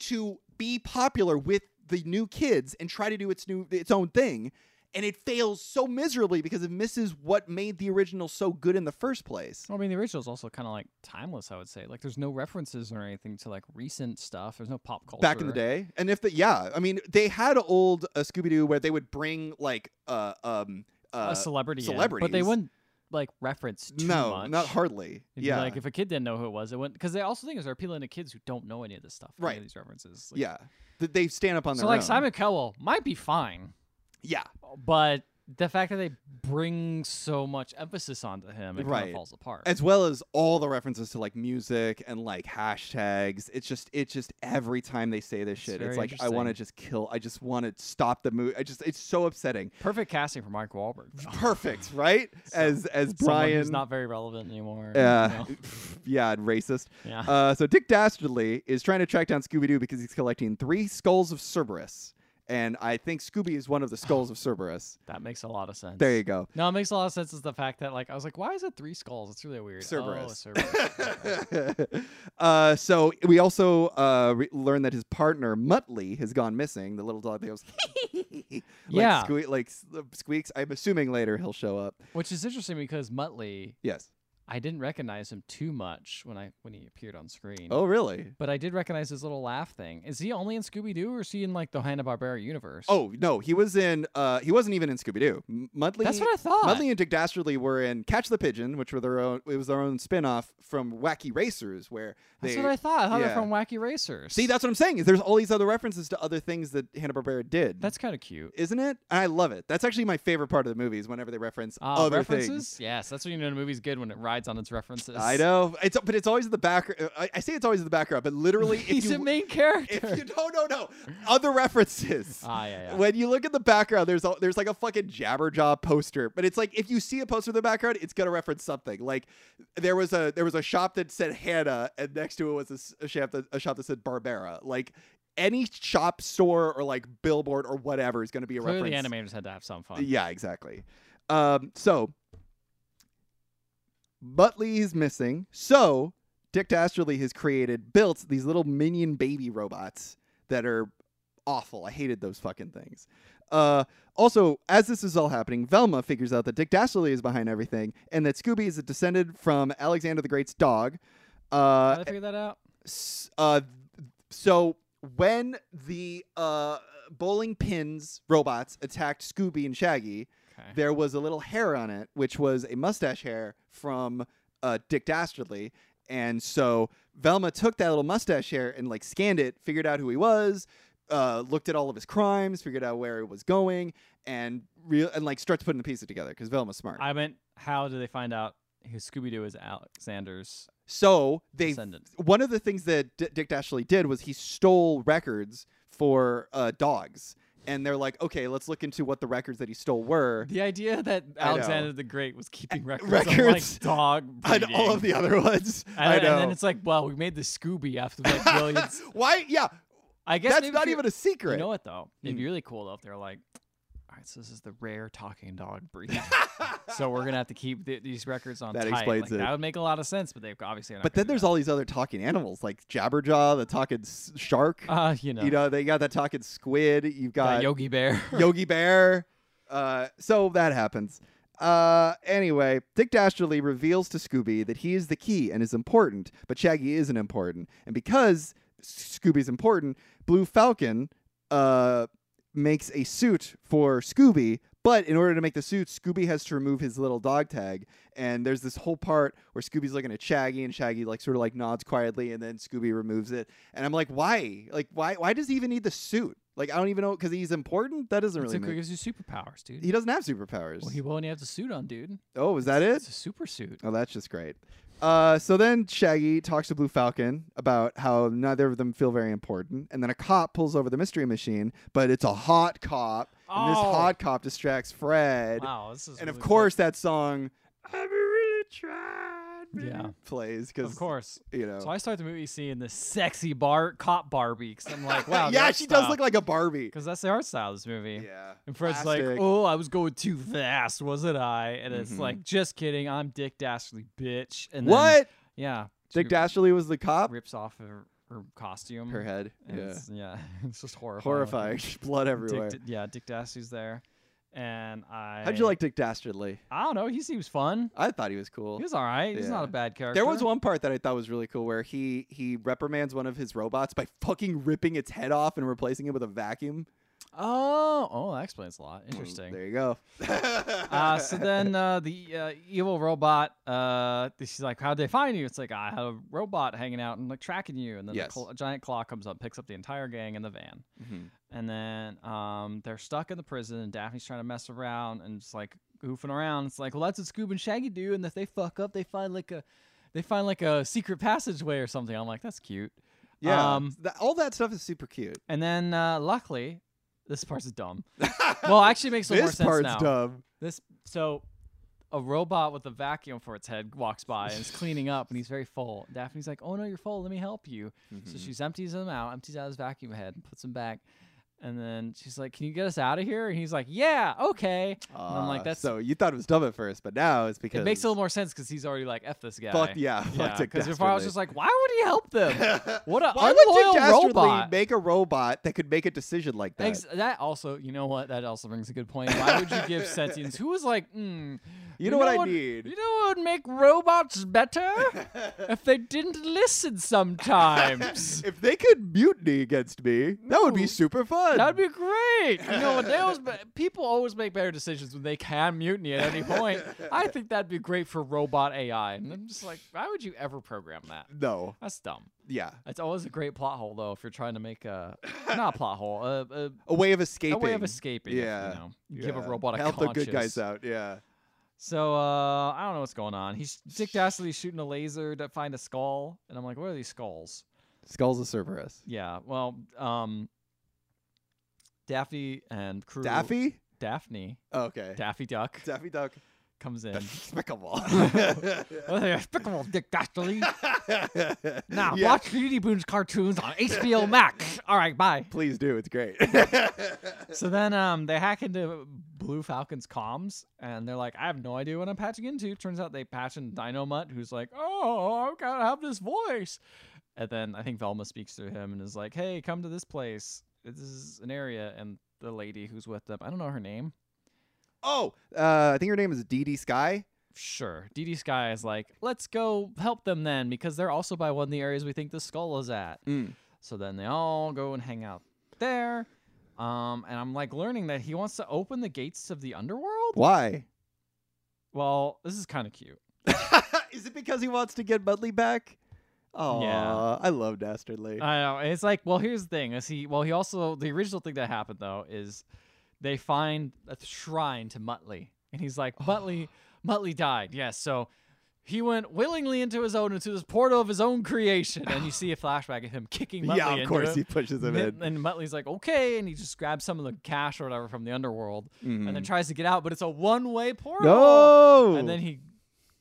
S1: to be popular with the new kids and try to do its new its own thing, and it fails so miserably because it misses what made the original so good in the first place.
S2: Well, I mean, the original is also kind of like timeless. I would say, like, there's no references or anything to like recent stuff. There's no pop culture
S1: Back in the day, and if the yeah, I mean they had old uh, Scooby Doo where they would bring like uh um uh
S2: a celebrity, in, but they
S1: celebrities.
S2: wouldn't like reference too
S1: no
S2: much.
S1: not hardly
S2: It'd be
S1: yeah
S2: like if a kid didn't know who it was, it wouldn't because they also think is they're appealing to kids who don't know any of this stuff, any of
S1: Right.
S2: these references, like-
S1: yeah Th- they stand up on
S2: So
S1: their
S2: like
S1: own.
S2: Simon Cowell might be fine,
S1: yeah
S2: but the fact that they bring so much emphasis onto him, it kind
S1: Right.
S2: of falls apart.
S1: as well as all the references to like music and like hashtags it's just it's just every time they say this shit
S2: very
S1: it's like i want to
S2: interesting.
S1: just kill i just want to stop the movie i just it's so upsetting
S2: Perfect casting for Mark Wahlberg. <sighs>
S1: perfect right as as
S2: Someone
S1: brian
S2: who's not very relevant anymore.
S1: <laughs>
S2: you
S1: yeah,
S2: know?
S1: <laughs> yeah, and racist.
S2: Yeah.
S1: Uh, so Dick Dastardly is trying to track down Scooby Doo because he's collecting three skulls of Cerberus, and I think Scooby is one of the skulls of Cerberus.
S2: that makes a lot of sense.
S1: There you go.
S2: No, it makes a lot of sense. Is the fact that like I was like, why is it three skulls? It's really weird.
S1: Cerberus.
S2: Oh,
S1: <laughs>
S2: Cerberus.
S1: uh, so we also uh, re- learned that his partner Muttley has gone missing. The little dog that goes, <laughs> like
S2: Yeah.
S1: sque- like s- uh, squeaks. I'm assuming later he'll show up.
S2: Which is interesting because Muttley,
S1: Yes.
S2: I didn't recognize him too much when I when he appeared on screen.
S1: Oh, really?
S2: But I did recognize his little laugh thing. Is he only in Scooby Doo, or is he in like the Hanna Barbera universe?
S1: Oh no, he was in. Uh, he wasn't even in Scooby Doo. Muttley.
S2: that's what I thought.
S1: Mudley and Dick Dastardly were in Catch the Pigeon, which were their own. It was their own spin-off from Wacky Racers, where
S2: That's
S1: they.
S2: what I thought. I thought
S1: yeah.
S2: they're from Wacky Racers.
S1: See, that's what I'm saying. Is there's all these other references to other things that Hanna Barbera did.
S2: that's kind of cute.
S1: isn't it? And I love it. That's actually my favorite part of the movies. Whenever they reference
S2: Ah,
S1: other
S2: references?
S1: things.
S2: Yes, that's when you know the movie's good when it rides on its references.
S1: I know it's, but it's always in the back. uh, I, I say it's always in the background, but literally, if
S2: <laughs> He's
S1: you,
S2: a main character.
S1: if <laughs> you no no no other references.
S2: Ah, yeah, yeah.
S1: When you look at the background, there's a, there's like a fucking Jabberjaw poster, but it's like if you see a poster in the background, it's gonna reference something. Like there was a there was a shop that said Hannah, and next to it was a s- a, shop that a shop that said Barbera. Like any shop store or like billboard or whatever is gonna be a
S2: Clearly, the
S1: reference.
S2: animators had to have some fun.
S1: Yeah, exactly. Um, so Butley is missing. So Dick Dastardly has created, built these little minion baby robots that are awful. I hated those fucking things. Uh, also, as this is all happening, Velma figures out that Dick Dastardly is behind everything and that Scooby is descended from Alexander the Great's dog.
S2: How
S1: Uh,
S2: did I figure that out?
S1: s- uh, so when the uh, bowling pins robots attacked Scooby and Shaggy,
S2: Okay.
S1: there was a little hair on it, which was a mustache hair from uh, Dick Dastardly. And so Velma took that little mustache hair and like scanned it, figured out who he was, uh, looked at all of his crimes, figured out where he was going, and real and like starts putting the pieces together because Velma's smart.
S2: I meant, how do they find out who Scooby Doo is Alexander's
S1: so they
S2: descendant?
S1: one of the things that D- Dick Dashley did was he stole records for uh, dogs, and they're like, okay, let's look into what the records that he stole were,
S2: The idea that
S1: I know.
S2: Alexander the Great
S1: <laughs>
S2: was keeping records,
S1: records
S2: of, like dog
S1: <laughs> and
S2: breeding.
S1: all of the other ones.
S2: And,
S1: I
S2: then-
S1: know.
S2: and then it's like, well, we made the Scooby after
S1: <laughs>
S2: like millions.
S1: Why? Yeah,
S2: I guess
S1: that's
S2: maybe if
S1: not
S2: you're-
S1: even a secret. Hmm.
S2: You know what though? It'd be really cool though if they're like, all right, so this is the rare talking dog
S1: <laughs>
S2: breed. so we're gonna have to keep th- these records on.
S1: That
S2: tight.
S1: explains
S2: Like,
S1: it.
S2: That would make a lot of sense, but they obviously. Are not
S1: but then there's all these other talking animals like Jabberjaw, the talking s- shark.
S2: uh, you know,
S1: You know, they got that talking squid. You've got
S2: that
S1: <laughs>
S2: Yogi Bear.
S1: Yogi Bear. Uh, so that happens. Uh, anyway, Dick Dastardly reveals to Scooby that he is the key and is important, but Shaggy isn't important. And because S- Scooby's important, Blue Falcon uh, makes a suit for Scooby. But in order to make the suit, Scooby has to remove his little dog tag. And there's this whole part where Scooby's looking at Shaggy, and Shaggy like sort of like nods quietly, and then Scooby removes it. And I'm like, why? Like, why? Why does he even need the suit? Like, I don't even know because he's important. That doesn't
S2: It's
S1: really.
S2: like, it
S1: Make...
S2: gives you superpowers, dude.
S1: He doesn't have superpowers.
S2: Well, he will when he has the suit on, dude.
S1: Oh, is that it?
S2: It's a super suit.
S1: Oh, that's just great. Uh, so then Shaggy talks to Blue Falcon about how neither of them feel very important, and then a cop pulls over the mystery machine, but it's a hot cop, and this
S2: Oh.
S1: hot cop distracts Fred,
S2: Wow, this is.
S1: and of
S2: really cool.
S1: course that song. I've really tried,
S2: Yeah,
S1: plays because
S2: of course.
S1: you know.
S2: So I start the movie seeing this sexy bar cop Barbie because
S1: <laughs>
S2: I'm like, wow.
S1: yeah, she does look like a Barbie.
S2: because that's the art style of this movie.
S1: Yeah,
S2: And Fred's like,
S1: plastic.
S2: oh, I was going too fast, wasn't I? And it's
S1: Mhm.
S2: like, just kidding, I'm Dick Dastardly, bitch. And then-
S1: what?
S2: yeah,
S1: Dick
S2: she
S1: Dastardly was the cop.
S2: rips off her, her costume.
S1: Her head.
S2: and
S1: yeah.
S2: It's, yeah, <laughs> it's just horrifying.
S1: Horrifying. <laughs> Blood everywhere.
S2: Dick, yeah, Dick Dastardly's there, and I.
S1: How'd you like Dick Dastardly?
S2: I don't know. He seems fun.
S1: I thought he was cool.
S2: He was all right. He's not
S1: Yeah.
S2: a bad character.
S1: There was one part that I thought was really cool where he he reprimands one of his robots by fucking ripping its head off and replacing it with a vacuum.
S2: Oh, oh, that explains a lot.
S1: Mm,
S2: Interesting.
S1: There you go. <laughs>
S2: uh, so then uh, the uh, evil robot, uh, she's like, "How'd they find you?" It's like I had a robot hanging out and like tracking you, and then
S1: Yes. Mm-hmm.
S2: the cl- a giant claw comes up, picks up the entire gang in the van, and then um, they're stuck in the prison, and Daphne's trying to mess around and just like goofing around. It's like, well, that's what Scoob and Shaggy do, and if they fuck up, they find like a they find like a secret passageway or something. I'm like, that's cute.
S1: yeah,
S2: Um,
S1: That- all that stuff is super cute.
S2: And then uh, luckily, this part's dumb. well, actually, it makes a little more
S1: this
S2: sense
S1: part's
S2: now.
S1: dumb.
S2: This so a robot with a vacuum for its head walks by and is cleaning up and he's very full. Daphne's like, "Oh no, you're full. Let me help you."
S1: Mm-hmm.
S2: So she's empties him out, empties out his vacuum head, and puts him back. And then she's like, "Can you get us out of here?" And he's like, "Yeah, okay." and I'm
S1: Ah,
S2: like, "That's
S1: so you thought it was dumb at first, but now it's because
S2: it makes a little more sense because he's already like, f this guy."
S1: fuck yeah, fuck Dick
S2: because before I was
S1: Dastardly.
S2: just like, "Why would he
S1: <laughs>
S2: help them? What a
S1: Why would Dick
S2: unloyal
S1: Dastardly
S2: robot!"
S1: make a robot that could make a decision like that?
S2: Ex- that also, you know what? That also brings a good point. Why would you
S1: <laughs>
S2: give sentience? Who was like, mm,
S1: You know what I need."
S2: You know what would make
S1: <laughs>
S2: robots better? if they didn't
S1: <laughs>
S2: listen sometimes.
S1: if they could mutiny against me, that would be
S2: No.
S1: super fun.
S2: That'd be great. You know what? They
S1: <laughs>
S2: always, ma- people always make better decisions when they can mutiny at any point. I think that'd be great for robot AI. And I'm just like, why would you ever program that?
S1: no,
S2: That's dumb.
S1: yeah,
S2: It's always a great plot hole, though, if you're trying to make a not a plot hole, a, a,
S1: a way of
S2: a
S1: escaping.
S2: way of escaping. if,
S1: Yeah.
S2: you know, give a
S1: Yeah.
S2: robot a
S1: help
S2: conscience.
S1: the good guys out. Yeah,
S2: So uh, I don't know what's going on. He's Dick Dastardly's shooting a laser to find a skull, and I'm like, what are these skulls?
S1: skulls of Cerberus.
S2: Yeah, well, um, Daffy and crew.
S1: Daffy.
S2: Daphne,
S1: Oh, okay.
S2: Daffy Duck
S1: Daffy
S2: <laughs>
S1: Duck.
S2: comes in. <laughs>
S1: Despicable.
S2: oh, they're despicable, Dick Dastardly.
S1: <laughs>
S2: Now
S1: Yeah,
S2: watch Beauty Boone's cartoons on HBO Max. All right, bye.
S1: Please do. It's
S2: <laughs>
S1: great. <laughs>
S2: So then um, they hack into Blue Falcon's comms, and they're like, I have no idea what I'm patching into. Turns out they patch in Dino Mutt, who's like, oh, I've got to have this voice. And then I think Velma speaks to him and is like, hey, come to this place. This is an area. And the lady who's with them, I don't know her name.
S1: oh, uh, I think her name is Dee Dee Sky.
S2: Sure. Dee Dee Sky is like, let's go help them then, because they're also by one of the areas we think the skull is at.
S1: Mm.
S2: So then they all go and hang out there. Um, and I'm like learning that he wants to open the gates of the underworld.
S1: <laughs> Why?
S2: Well, this is kind of cute.
S1: is it because he wants to get Mudley back? Oh, I love Dastardly.
S2: I know. and It's like, well, here's the thing. Is he? Well, he also the original thing that happened though is they find a shrine to Muttley, and he's like,
S1: <sighs>
S2: Muttley, Muttley died. Yes, so he went willingly into his own into this portal of his own creation, and you see a flashback of him kicking
S1: <laughs>
S2: Muttley.
S1: yeah, of
S2: into
S1: course
S2: it.
S1: he pushes him in.
S2: And, and Muttley's like, okay, and he just grabs some of the cash or whatever from the underworld, and then
S1: Mhm.
S2: tries to get out, but it's a one-way
S1: Mm-hmm.
S2: portal.
S1: No.
S2: And then he,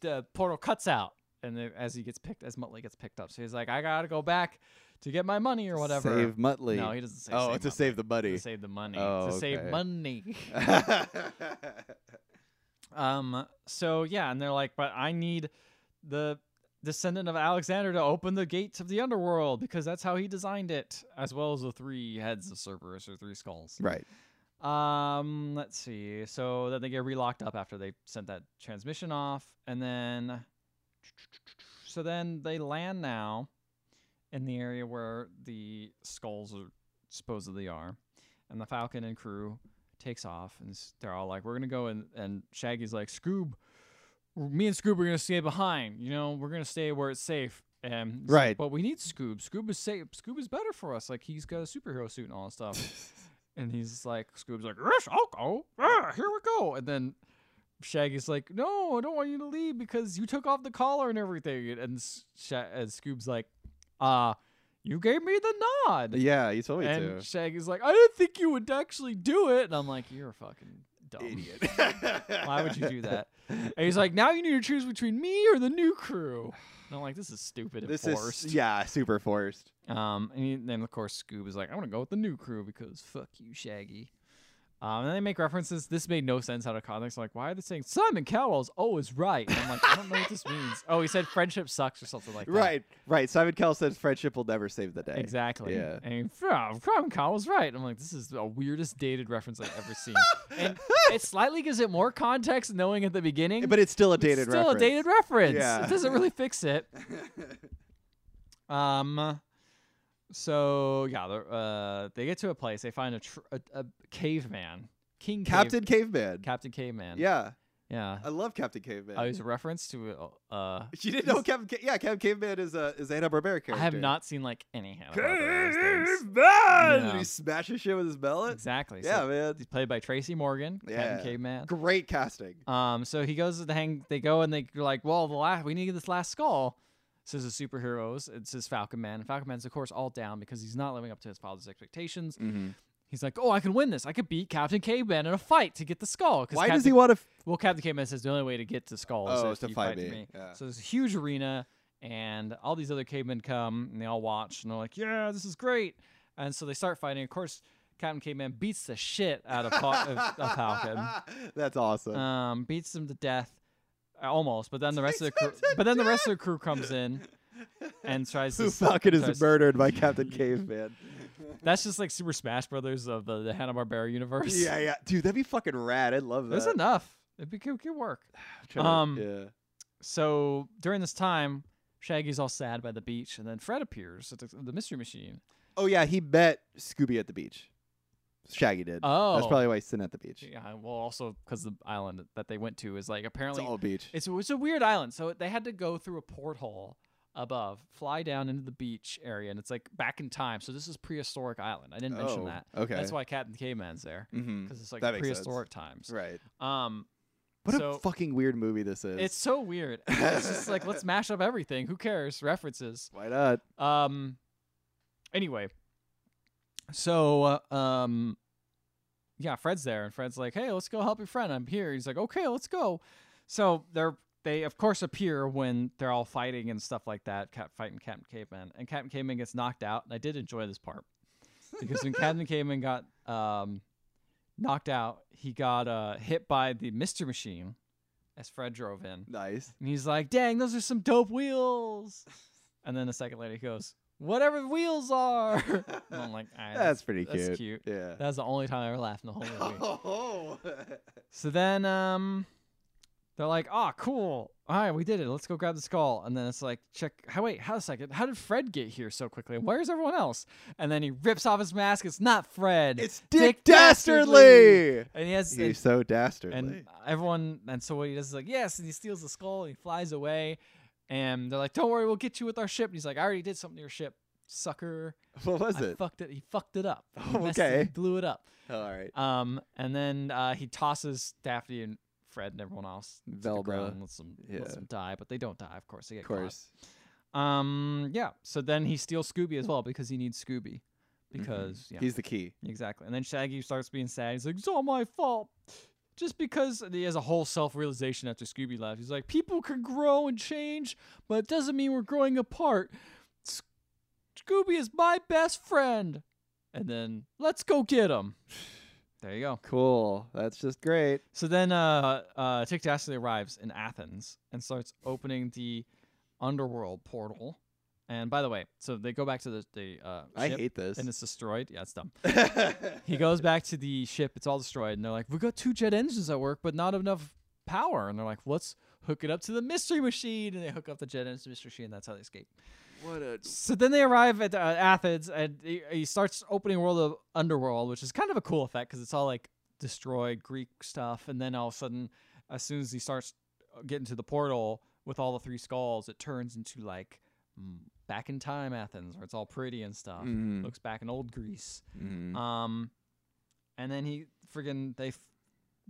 S2: the portal cuts out, and then as he gets picked, as Muttley gets picked up, so he's like, "I gotta go back to get my money or whatever."
S1: Save Muttley.
S2: No, he doesn't say.
S1: Oh,
S2: save
S1: it's to
S2: Muttley.
S1: save the
S2: It's
S1: buddy.
S2: To save the money.
S1: Oh,
S2: to save
S1: okay.
S2: money.
S1: <laughs>
S2: um. So yeah, and they're like, "But I need the." Descendant of Alexander to open the gates of the underworld because that's how he designed it, as well as the three heads of Cerberus or three skulls.
S1: right.
S2: Um, let's see. So then they get relocked up after they sent that transmission off, and then so then they land now in the area where the skulls are supposedly are, and the Falcon and crew takes off, and s- they're all like, "We're gonna go," and and Shaggy's like, "Scoob, me and Scoob are gonna stay behind. You know, we're gonna stay where it's safe." And he's like,
S1: Right.
S2: but we need Scoob. Scoob is safe. Scoob is better for us. Like he's got a superhero suit and all that stuff. And he's like, Scoob's like, yes, I'll go. Yeah, here we go. And then Shaggy's like, no, I don't want you to leave because you took off the collar and everything. And, S- Sha- and Scoob's like, uh, you gave me the nod.
S1: Yeah, you told me
S2: and
S1: to.
S2: Shaggy's like, I didn't think you would actually do it. And I'm like, you're a fucking dumb.
S1: Idiot.
S2: <laughs> Why would you
S1: <laughs>
S2: do that? And he's like, now you need to choose between me or the new crew. And I'm like, this is stupid and
S1: This
S2: forced.
S1: is yeah, super forced.
S2: Um, and he- then of course Scoob is like, I want to go with the new crew because fuck you, Shaggy. Um, and then they make references. This made no sense out of context. Like, why are they saying Simon Cowell's always right? And I'm like, I don't know what this means. Oh, he said friendship sucks or something like that.
S1: Right, right. Simon Cowell says friendship will never save the day.
S2: Exactly.
S1: Yeah.
S2: And he, "Yeah, Simon Cowell's right. I'm like, this is the weirdest dated reference I've ever seen. and it slightly gives it more context knowing at the beginning.
S1: Eh, But it's still a dated
S2: It's still
S1: reference.
S2: a dated reference.
S1: Yeah.
S2: It doesn't really
S1: <laughs>
S2: fix it. um, so yeah, they're, uh, they get to a place. They find a tr- a, a caveman, King Cave-
S1: Captain Caveman.
S2: Captain Caveman.
S1: yeah, Uh,
S2: yeah.
S1: I love Captain Caveman.
S2: Oh, he's a reference to. Uh, uh,
S1: <laughs> you didn't know Captain? Ca- yeah, Captain Caveman is a is Hanna Barbera character.
S2: I have not seen like any Hanna
S1: Caveman.
S2: Yeah.
S1: And he smashes shit with his mallet.
S2: Exactly.
S1: Yeah,
S2: so
S1: man.
S2: He's played by Tracy Morgan,
S1: Yeah.
S2: Captain Caveman.
S1: Great casting.
S2: Um, so he goes to the hang. They go and they're like, "Well, the last we need this last skull." Says the superheroes. It says Falcon Man. And Falcon Man's of course all down because he's not living up to his father's expectations.
S1: Mm-hmm.
S2: He's like, "Oh, I can win this. I could beat Captain Caveman in a fight to get the skull." 'Cause
S1: Why
S2: Captain-
S1: does he want to? F-
S2: Well, Captain Caveman says the only way to get to skull is
S1: Oh,
S2: if
S1: is to
S2: you
S1: fight
S2: fight
S1: me.
S2: me.
S1: Yeah.
S2: So there's a huge arena, and all these other cavemen come and they all watch and they're like, "Yeah, this is great." And so they start fighting. Of course, Captain Caveman beats the shit out of, Fa- of, of Falcon
S1: <laughs> That's awesome.
S2: um, beats them to death, uh, almost. But then the rest of the
S1: Beats
S2: crew,
S1: them to
S2: but then the rest of the crew comes in and tries to.
S1: Who
S2: s-
S1: Falcon
S2: tries-
S1: is murdered by Captain Caveman.
S2: That's just like Super Smash Brothers of the, the Hanna Barbera universe. <laughs>
S1: yeah, yeah, dude, that'd be fucking rad. I'd love that.
S2: there's enough. It'd be good, good work.
S1: I'm trying to-
S2: um,
S1: yeah.
S2: So during this time, Shaggy's all sad by the beach, and then Fred appears at the, the Mystery Machine.
S1: Oh yeah, he met Scooby at the beach. Shaggy did. that's
S2: Oh.
S1: probably why he's sitting at the beach.
S2: Yeah, well, also because the island that they went to is like
S1: It's
S2: apparently
S1: all beach.
S2: It's it's a weird island. So they had to go through a porthole above, fly down into the beach area, and it's like back in time. So this is prehistoric island. I didn't mention
S1: Oh,
S2: that.
S1: okay.
S2: That's why Captain Caveman's there
S1: mm-hmm.
S2: because it's like
S1: That makes sense.
S2: prehistoric times.
S1: Right.
S2: Um,
S1: What a
S2: So-
S1: fucking weird movie this is.
S2: it's so weird. <laughs> it's just
S1: <laughs>
S2: like let's mash up everything. Who cares? References.
S1: why not?
S2: Um. Anyway, so uh, um, yeah, Fred's there, and Fred's like, "Hey, let's go help your friend. I'm here." He's like, "Okay, let's go." So they're they of course appear when they're all fighting and stuff like that, cap- fighting Captain Caveman, and Captain Caveman gets knocked out. And I did enjoy this part because when Captain Caveman got um knocked out, he got uh hit by the Mister Machine as Fred drove in.
S1: Nice.
S2: And he's like, dang, those are some dope wheels. And then a second later, he goes, whatever the wheels are. <laughs> And I'm like, "All right,
S1: that's, pretty cute.
S2: That's cute.
S1: Yeah. <laughs>
S2: That's the only time I ever laughed in the whole movie.
S1: Oh.
S2: so then um, they're like, oh, cool. All right, we did it. Let's go grab the skull. And then it's like, check. How, wait, how a second. How did Fred get here so quickly? Where's everyone else? And then he rips off his mask. It's not Fred.
S1: it's Dick, Dastardly.
S2: And he has
S1: He's so dastardly.
S2: and everyone and so what he does is like yes and he steals the skull and he flies away and they're like don't worry we'll get you with our ship and he's like i already did something to your ship sucker
S1: <laughs> what was
S2: I
S1: it?
S2: fucked it he fucked
S1: <laughs>
S2: it up He
S1: Oh,
S2: messed it- he
S1: okay.
S2: blew it up
S1: all right.
S2: um and then uh he tosses daphne and fred and everyone else to the
S1: Velma.
S2: ground and lets them,
S1: Yeah.
S2: lets them die but they don't die of course they get
S1: Of course.
S2: caught um yeah so then he steals scooby as well because he needs scooby
S1: Mm-hmm.
S2: because yeah
S1: He's the key.
S2: Exactly. And then Shaggy starts being sad. He's like, it's all my fault. Just because and he has a whole self realization after Scooby left. He's like, people can grow and change, but it doesn't mean we're growing apart. Sc- Scooby is my best friend. And then, let's go get him. There you go.
S1: Cool. That's just great.
S2: So then uh, uh, Tic Dastardly arrives in Athens and starts opening the underworld portal. And by the way, so they go back to the, the uh,
S1: I
S2: ship
S1: hate this.
S2: and it's destroyed. Yeah, it's dumb. He goes back to the ship. It's all destroyed, and they're like, "We got two jet engines that work, but not enough power." And they're like, "Let's hook it up to the mystery machine." And they hook up the jet engine to the mystery machine. And that's how they escape.
S1: what a
S2: So then they arrive at uh, Athens, and he, he starts opening world of underworld, which is kind of a cool effect because it's all like destroyed Greek stuff. And then all of a sudden, as soon as he starts uh, getting to the portal with all the three skulls, it turns into like mm, back in time Athens, where it's all pretty and stuff.
S1: Mhm.
S2: Looks back in old Greece.
S1: Mhm.
S2: Um, and then he friggin' they f-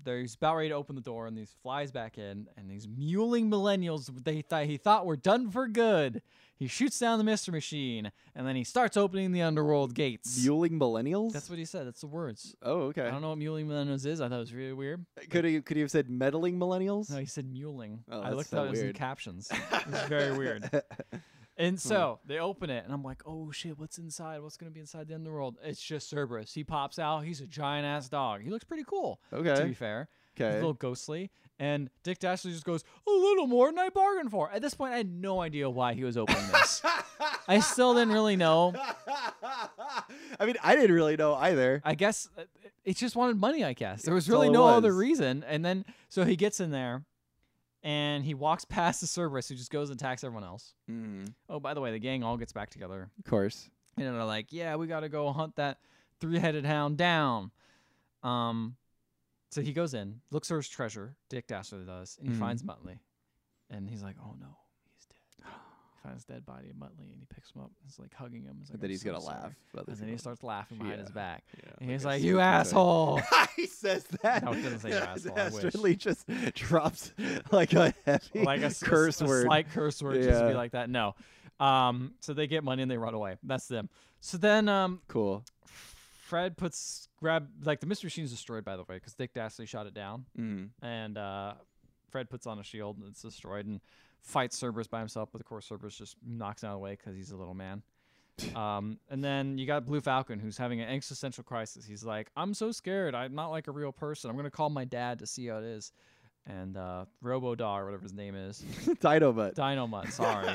S2: they're he's about ready to open the door, and these flies back in, and these mewling millennials they thought he thought were done for good. He shoots down the Mister Machine, and then he starts opening the underworld gates.
S1: Muling millennials?
S2: That's what he said. That's the words.
S1: oh, okay.
S2: I don't know what mewling millennials is. I thought it was really weird.
S1: Could he could he have said meddling millennials?
S2: No, he said mewling.
S1: Oh,
S2: I
S1: that's
S2: looked
S1: so
S2: up it was in
S1: weird. <laughs> Hmm.
S2: captions. It's very weird. And so they open it, and I'm like, "Oh shit, what's inside? What's gonna be inside the underworld?" It's just Cerberus. He pops out. He's a giant ass dog. He looks pretty cool. To be
S1: Okay.
S2: fair, he's a
S1: Okay.
S2: little ghostly. And Dick Dashley just goes, "A little more than I bargained for." At this point, I had no idea why he was opening
S1: <laughs>
S2: this. I still didn't really know.
S1: <laughs> I mean, I didn't really know either.
S2: I guess uh, it just wanted money. I guess there was
S1: That's all
S2: really
S1: it
S2: no other
S1: was.
S2: reason. And then so he gets in there, and he walks <laughs> past the Cerberus, who just goes and attacks everyone else. Oh, by the way, the gang all gets back together,
S1: Of course.
S2: and they're like, "Yeah, we got to go hunt that three-headed hound down." Um, so he goes in, looks for his treasure. Dick Dastardly does, and he
S1: Mhm.
S2: finds Muttley, and he's like, "Oh no, he's dead." he finds the dead body of Muttley, and he picks him up. He's like hugging him. He's like,
S1: But then
S2: "I'm
S1: he's
S2: so
S1: gonna
S2: sorry."
S1: laugh. about
S2: And
S1: this
S2: then he
S1: again.
S2: starts laughing behind his
S1: Yeah.
S2: back.
S1: Yeah,
S2: And he's
S1: a <laughs>
S2: like, "You
S1: stupid guy."
S2: asshole!"
S1: he says <laughs> that.
S2: No, he doesn't say you asshole, I wish.
S1: Dastardly just <laughs> drops like a heavy
S2: <laughs> <laughs> like a s-
S1: <laughs>
S2: a s-
S1: curse
S2: a
S1: word.
S2: slight curse word, just to be
S1: Yeah.
S2: like that. No, um, so they get money and they run away. That's them. So then, um,
S1: cool.
S2: Fred puts grab like the mystery machine's destroyed by the way because Dick Dastardly shot it down,
S1: <laughs> Mm.
S2: and uh, Fred puts on a shield and it's destroyed and fights Cerberus by himself, but of course Cerberus just knocks him out of the way because he's a little man. um, and then you got Blue Falcon who's having an existential crisis. He's like, I'm so scared. I'm not like a real person. I'm gonna call my dad to see how it is. And uh, Robodaw or whatever his name is,
S1: Dinomutt.
S2: Dinomutt. Sorry.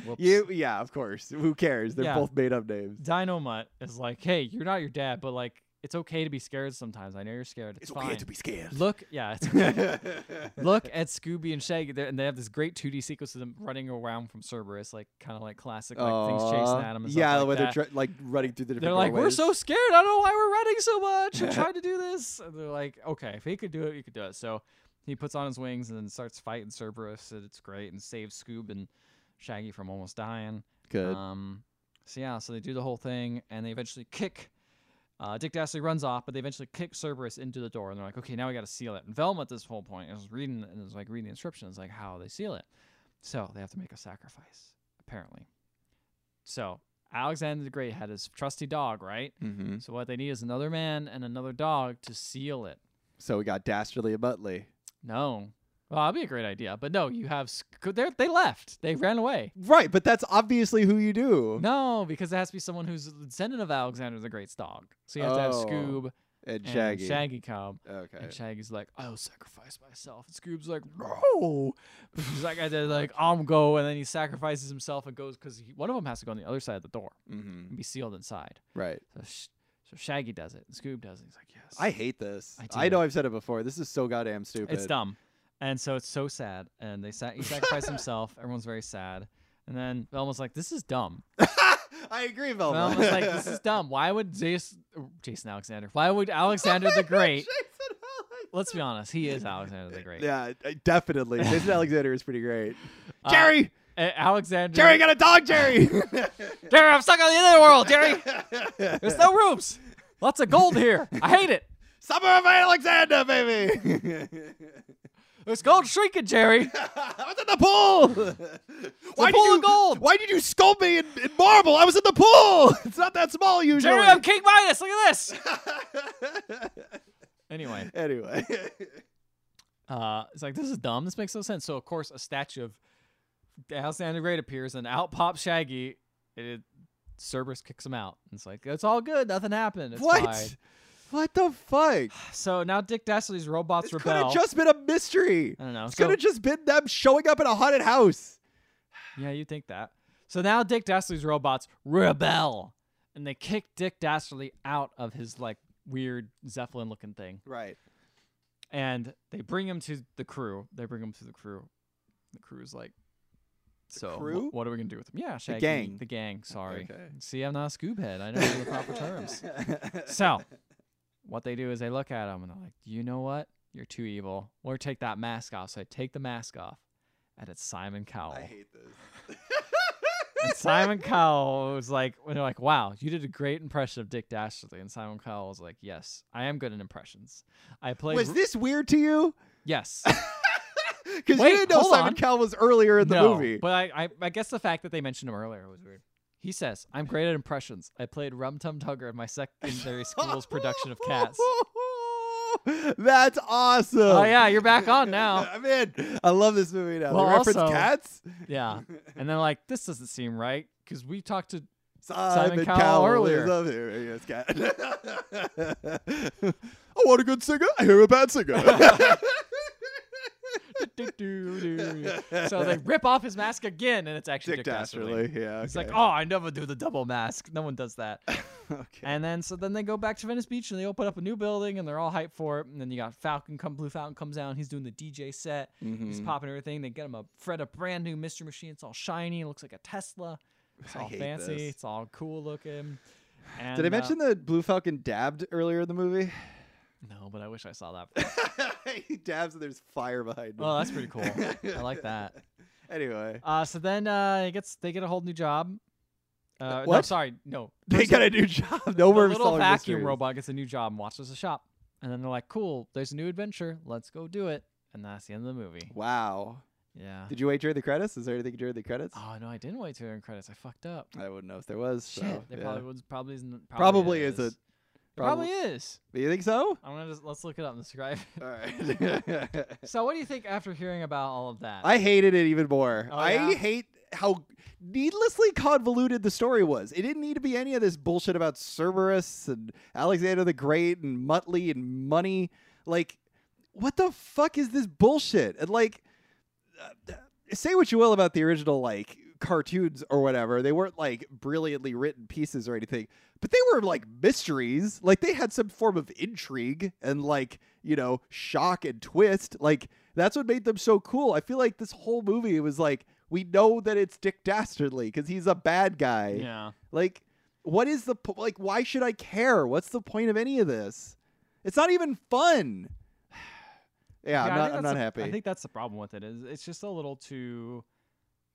S1: <laughs>
S2: Whoops.
S1: you yeah, of course. Who cares? They're
S2: Yeah.
S1: both made up names.
S2: Dinomutt is like, hey, you're not your dad, but like, it's okay to be scared sometimes. I know you're scared. It's, fine.
S1: be scared.
S2: Look, yeah, it's okay. <laughs>
S1: <laughs>
S2: look at Scooby and Shaggy, they're- and they have this great 2D sequence of them running around from Cerberus, like kind of like classic, like things chasing at them. And stuff
S1: yeah,
S2: like
S1: when
S2: that.
S1: they're tr- like running through the different
S2: They're like, we're
S1: doorways.
S2: so scared. I don't know why we're running so much. and trying
S1: <laughs>
S2: to do this. And they're like, okay, if he could do it, you could do it. So he puts on his wings and then starts fighting Cerberus, and it's great, and saves Scoob and Shaggy from almost dying.
S1: good.
S2: Um, so yeah, so they do the whole thing, and they eventually kick. Uh, Dick Dastardly runs off, but they eventually kick Cerberus into the door, and they're like, "Okay, now we got to seal it." And Velma, at this whole point, is reading and is like reading the instructions, like how they seal it. So they have to make a sacrifice, apparently. So Alexander the Great had his trusty dog, right?
S1: mm-hmm.
S2: So what they need is another man and another dog to seal it.
S1: So we got Dastardly and Muttley.
S2: No, well, that'd be a great idea, but no, you have Sc- they're- they left, they ran away.
S1: Right, but that's obviously who you do.
S2: No, because it has to be someone who's a descendant of Alexander the Great's dog. So you have to have
S1: Oh,
S2: Scoob
S1: And
S2: and
S1: Shaggy.
S2: Shaggy come.
S1: Okay.
S2: And Shaggy's like, I'll sacrifice myself. And Scoob's like, no. But He's like, I did, like, I'm go. And then he sacrifices himself and goes because one of them has to go on the other side of the door
S1: hmm
S2: and be sealed inside.
S1: Right.
S2: So, sh- so Shaggy does it. And Scoob does it. He's like, yes.
S1: I hate this.
S2: I
S1: I,
S2: do.
S1: know I've said it before. This is so goddamn stupid.
S2: <laughs> It's dumb. And so it's so sad. And they sa- he sacrificed himself. Everyone's very sad. And then Velma's like, this is dumb.
S1: <laughs> I agree, Velma.
S2: Well, I was
S1: <laughs>
S2: like, this is dumb. Why would Jason, Jason Alexander? Why would Alexander the
S1: <laughs>
S2: Great?
S1: Jason Alexander.
S2: Let's be honest, he is Alexander the Great.
S1: Yeah, uh, definitely.
S2: <laughs>
S1: Jason Alexander is pretty great.
S2: Uh, <laughs>
S1: Jerry,
S2: A- Alexander.
S1: Jerry got a dog, Jerry. <laughs>
S2: Jerry, I'm stuck on the end of the world, Jerry. There's no rooms. Lots of gold here. I hate it.
S1: Summer of Alexander, baby.
S2: <laughs> There's gold shrinking, Jerry.
S1: I was in the pool. Why
S2: pool
S1: did
S2: of
S1: you,
S2: gold.
S1: Why did you sculpt me in, in marble? I was in the pool. <laughs> It's not that small usually.
S2: Jerry, I'm King Midas. Look at this. Anyway,
S1: anyway,
S2: Uh, it's like this is dumb. This makes no sense. So of course, a statue of Alexander the Great appears, and out pops Shaggy. And it, Cerberus kicks him out. And it's like it's all good. Nothing happened.
S1: <laughs>
S2: It's
S1: what?
S2: fine."
S1: What the
S2: <sighs>
S1: fuck?
S2: So now Dick Dastardly's robots
S1: This could
S2: rebel.
S1: have just been a mystery.
S2: I don't know.
S1: It's
S2: So,
S1: could have just been them showing up in a haunted house.
S2: yeah, you think that. So now Dick Dastardly's robots rebel, and they kick Dick Dastardly out of his like weird Zeppelin-looking thing.
S1: <laughs> Right.
S2: and they bring him to the crew. They bring him to the crew. The crew's like, so wh-
S1: crew?
S2: what are we gonna do with him? Yeah, Shaggy,
S1: gang.
S2: The gang. Sorry.
S1: Okay.
S2: See, I'm not a scoop head. I don't know the proper terms. So, what they do is they look at him and they're like, you know what? You're too evil. Or take that mask off. So I take the mask off, and it's Simon Cowell.
S1: this.
S2: And
S1: <laughs>
S2: Simon Cowell was like, when they're like, wow, you did a great impression of Dick Dastardly. And Simon Cowell was like, yes, I am good at impressions. I played.
S1: Was this weird to you? <laughs>
S2: yes.
S1: Because you
S2: Wait,
S1: didn't know
S2: hold
S1: Simon
S2: on.
S1: Cowell was earlier in the
S2: no,
S1: movie.
S2: But I, I, I guess the fact that they mentioned him earlier was weird. He says, I'm great at impressions. I played Rum Tum Tugger in my secondary school's production of Cats.
S1: <laughs> That's awesome.
S2: Oh, yeah, you're back
S1: <laughs>
S2: on now.
S1: I'm in. I love this movie now.
S2: Well,
S1: they reference
S2: also- uh,
S1: cats.
S2: Yeah. And then, like, this doesn't seem right because we talked to.
S1: <laughs> Simon,
S2: Cowell
S1: Cowell
S2: earlier.
S1: is up here. Yes, cat. <laughs> I want a good singer. I hear a bad
S2: <laughs>
S1: singer. <laughs>
S2: so they rip off his mask again, and it's
S1: <laughs>
S2: actually
S1: Dick Dastardly. Yeah.
S2: It's like, oh, I never do the double mask. No one does
S1: <laughs>
S2: that.
S1: oh. Okay.
S2: And then so then they go back to Venice Beach and they open up a new building and they're all hyped for it. And then you got Falcon come Blue Falcon comes down, he's doing the DJ set, he's
S1: Mhm.
S2: popping everything. They get him a Fred a brand new Mr. Machine. It's all shiny, it looks like a Tesla. It's
S1: I
S2: all
S1: hate
S2: fancy,
S1: this.
S2: it's all cool looking. And,
S1: Did I
S2: uh,
S1: mention that Blue Falcon dabbed earlier in the movie?
S2: No, but I wish I saw that.
S1: <laughs> he dabs and there's fire behind him.
S2: Oh, that's
S1: <laughs>
S2: pretty cool. I like that.
S1: Anyway,
S2: Uh, so then uh, it gets they get a whole new job. Uh, No,
S1: what?
S2: sorry, no.
S1: they
S2: Bruce-
S1: got a new job. <laughs> No
S2: the
S1: more
S2: little
S1: solving
S2: vacuum
S1: mysteries.
S2: robot gets a new job and watches a shop. And then they're like, cool, there's a new adventure. Let's go do it. And that's the end of the movie.
S1: Wow.
S2: Yeah.
S1: Did you wait during the credits? Is there anything during the credits?
S2: Oh, no, I didn't wait to end credits. I fucked up.
S1: I wouldn't know if there was.
S2: Shit.
S1: so,
S2: there
S1: Oh, yeah.
S2: probably was, probably isn't. Probably,
S1: Probably
S2: is.
S1: is a-
S2: It probably is.
S1: You think so?
S2: I'm going to just let's look it up and describe
S1: <laughs>
S2: it. <laughs>
S1: All right.
S2: So, what do you think after hearing about all of
S1: <laughs>
S2: that?
S1: I hated it even more.
S2: Oh,
S1: I
S2: yeah?
S1: hate how needlessly convoluted the story was. It didn't need to be any of this bullshit about Cerberus and Alexander the Great and Muttley and money. Like, what the fuck is this bullshit? And like, uh, say what you will about the original like cartoons or whatever, they weren't like brilliantly written pieces or anything, but they were like mysteries. Like they had some form of intrigue and like you know shock and twist. Like that's what made them so cool. I feel like this whole movie was like we know that it's Dick Dastardly because he's a bad guy.
S2: yeah.
S1: Like, what is the po- like? Why should I care? What's the point of any of this? It's not even fun. <sighs> yeah,
S2: Yeah, I
S1: I'm not.
S2: think
S1: I'm
S2: that's
S1: not
S2: the-
S1: happy.
S2: I think that's the problem with it. Is it's just a little too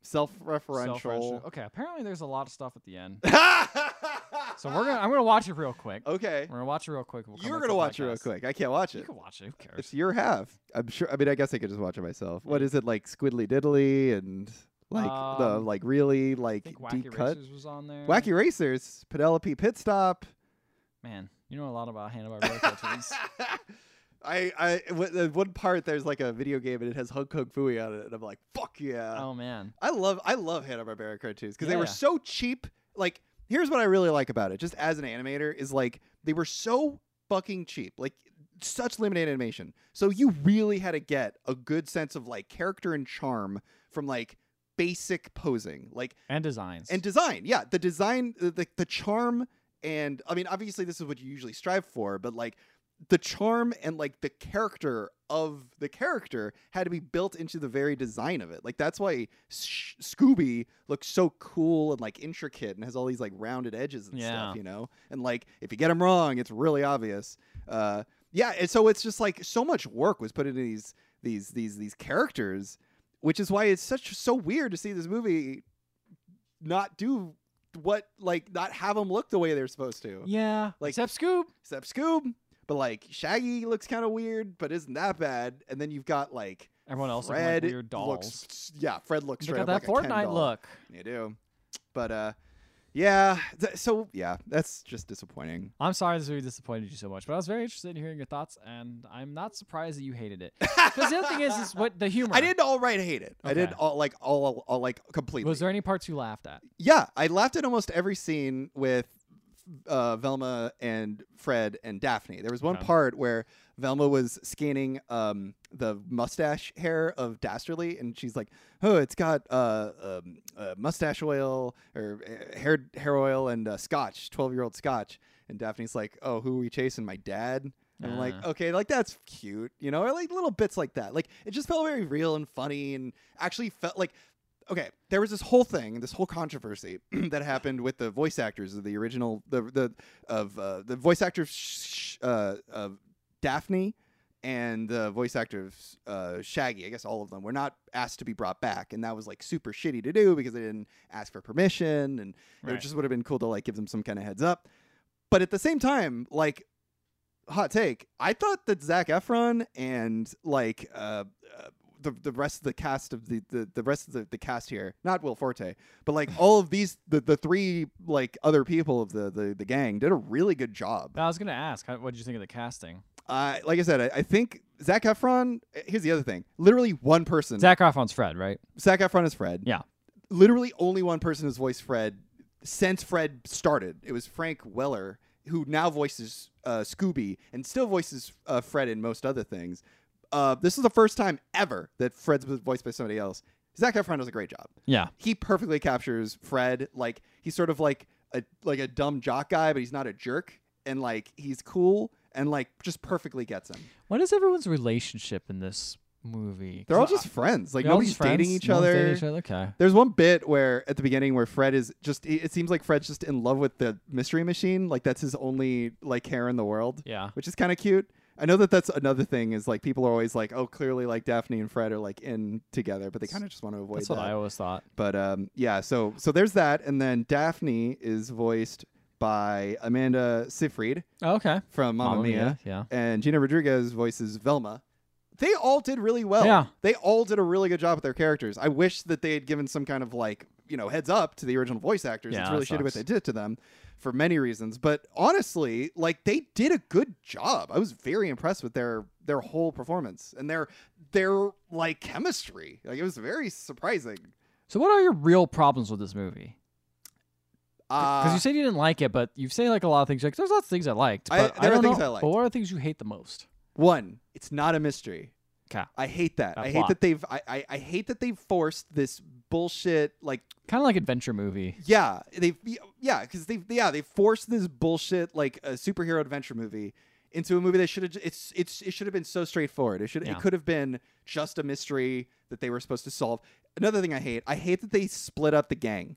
S1: Self-referential.
S2: self-referential. Okay, apparently there's a lot of stuff at the end.
S1: <laughs>
S2: So we're gonna I'm gonna watch it real quick.
S1: Okay.
S2: We're gonna watch it real quick. We'll come
S1: You're
S2: back to
S1: gonna
S2: the
S1: watch it real
S2: podcast.
S1: quick. I can't watch
S2: You
S1: it.
S2: can watch it. Who cares?
S1: It's your half. I'm sure. I mean, I guess I could just watch it myself. What is it like? Squiddly diddly and like the
S2: Um,
S1: like really
S2: I
S1: like
S2: think Wacky
S1: deep cut.
S2: Racers was on there.
S1: Wacky Racers, Penelope Pit Stop.
S2: Man, you know a lot about
S1: <laughs>
S2: Hanna Barbera cartoons.
S1: I I w- the one part there's like a video game and it has Hung Kong Fooey on it and I'm like fuck yeah.
S2: oh man.
S1: I love I love Hanna Barbera cartoons because they were
S2: Yeah.
S1: so cheap. Like, here's what I really like about it, just as an animator, is like they were so fucking cheap. Like such limited animation. So you really had to get a good sense of like character and charm from like basic posing. Like
S2: And designs.
S1: and design. Yeah, the design, the, the, the charm, and I mean, obviously, this is what you usually strive for, but like the charm and like the character of the character had to be built into the very design of it. Like, that's why Sh- Scooby looks so cool and like intricate and has all these like rounded edges and
S2: Yeah.
S1: stuff, you know? And like, if you get them wrong, it's really obvious. Uh, yeah, and so it's just like so much work was put into these these these these characters, which is why it's such so weird to see this movie not do what like not have them look the way they're supposed to.
S2: yeah.
S1: Like-
S2: Except Scoop.
S1: Except Scoob, but like Shaggy looks kind of weird, but isn't that bad. And then you've got like
S2: Everyone else looks like
S1: Fred
S2: weird dolls.
S1: looks yeah, Fred looks
S2: Look
S1: straight
S2: at
S1: up
S2: that
S1: like a Ken
S2: Fortnite
S1: doll.
S2: look.
S1: You do, but uh, yeah. th- so yeah, that's just disappointing.
S2: I'm sorry this movie disappointed you so much, but I was very interested in hearing your thoughts, and I'm not surprised that you
S1: <laughs>
S2: hated it. Because the other thing is, is what the humor.
S1: I didn't all right hate it. I didn't
S2: Okay.
S1: all like all, all like completely.
S2: Was there any parts you laughed at?
S1: Yeah, I laughed at almost every scene with uh, Velma and Fred and Daphne. There was one
S2: Okay.
S1: part where Velma was scanning um, the mustache hair of Dastardly, and she's like, "Oh, it's got uh, um, uh, mustache oil or uh, hair hair oil and uh, scotch, twelve year old scotch." And Daphne's like, "Oh, who are we chasing? My dad." And I'm like,
S2: Ah.
S1: okay, like that's cute, you know, or like little bits like that. Like it just felt very real and funny, and actually felt like okay, there was this whole thing, this whole controversy <clears throat> that happened with the voice actors of the original, the the of uh, the voice actor sh- uh, of Daphne and the voice actor of uh, Shaggy, I guess all of them, were not asked to be brought back, and that was like super shitty to do because they didn't ask for permission, and
S2: Right.
S1: it just would have been cool to like give them some kind of heads up. But at the same time, like hot take. I thought that Zach Efron and like uh, uh, the the rest of the cast of the the, the rest of the, the cast here, not Will Forte, but like all of these the, the three like other people of the, the the gang did a really good job.
S2: Now, I was gonna ask, how, what did you think of the casting?
S1: Uh, like I said, I, I think Zach Efron. Here's the other thing: literally one person. Zach,
S2: Zach Efron's Fred, right?
S1: Efron is Fred.
S2: Yeah.
S1: Literally only one person has voiced Fred since Fred started. It was Frank Weller who now voices uh, Scooby and still voices uh, Fred in most other things. Uh, this is the first time ever that Fred's was voiced by somebody else. Zach Efron does a great job
S2: Yeah.
S1: he perfectly captures Fred. Like he's sort of like a like a dumb jock guy, but he's not a jerk, and like he's cool and like just perfectly gets him.
S2: What is everyone's relationship in this movie? 'Cause
S1: They're all
S2: I-
S1: just friends. Like
S2: they're all
S1: nobody's
S2: just friends?
S1: dating each,
S2: No one's
S1: other.
S2: dating each other. Okay.
S1: There's one bit where at the beginning where Fred is just it it seems like Fred's just in love with the mystery machine. Like that's his only like care in the world.
S2: Yeah.
S1: Which is kind of cute. I know that that's another thing is like people are always like, oh, clearly like Daphne and Fred are like in together, but they kind of just want to avoid
S2: That's
S1: that.
S2: what I always thought.
S1: But um, yeah, so so there's that, and then Daphne is voiced by Amanda Seyfried
S2: Oh, okay.
S1: from Mamma Mia,
S2: Yeah.
S1: and Gina Rodriguez voices Velma. They all did really well.
S2: Yeah.
S1: they all did a really good job with their characters. I wish that they had given some kind of like you know heads up to the original voice actors.
S2: Yeah,
S1: it's really
S2: that
S1: shitty what they
S2: sucks.
S1: did to them for many reasons, but honestly, like they did a good job. I was very impressed with their their whole performance and their their like chemistry. Like it was very surprising.
S2: So, what are your real problems with this movie? Because
S1: Uh,
S2: you said you didn't like it, but you say like a lot of things. You're Like, there's lots of things I liked.
S1: I-
S2: But
S1: there are
S2: don't
S1: things
S2: know-
S1: I liked.
S2: But what are the things you hate the most?
S1: One, it's not a mystery.
S2: 'Kay.
S1: I hate that.
S2: A
S1: I
S2: plot.
S1: hate that they've. I, I I hate that they've forced this bullshit. Like
S2: Kind of like adventure movie.
S1: yeah, they've yeah because they yeah they forced this bullshit like a superhero adventure movie into a movie that should have it's it's it should have been so straightforward. It should
S2: Yeah.
S1: it could have been just a mystery that they were supposed to solve. Another thing I hate. I hate that they split up the gang.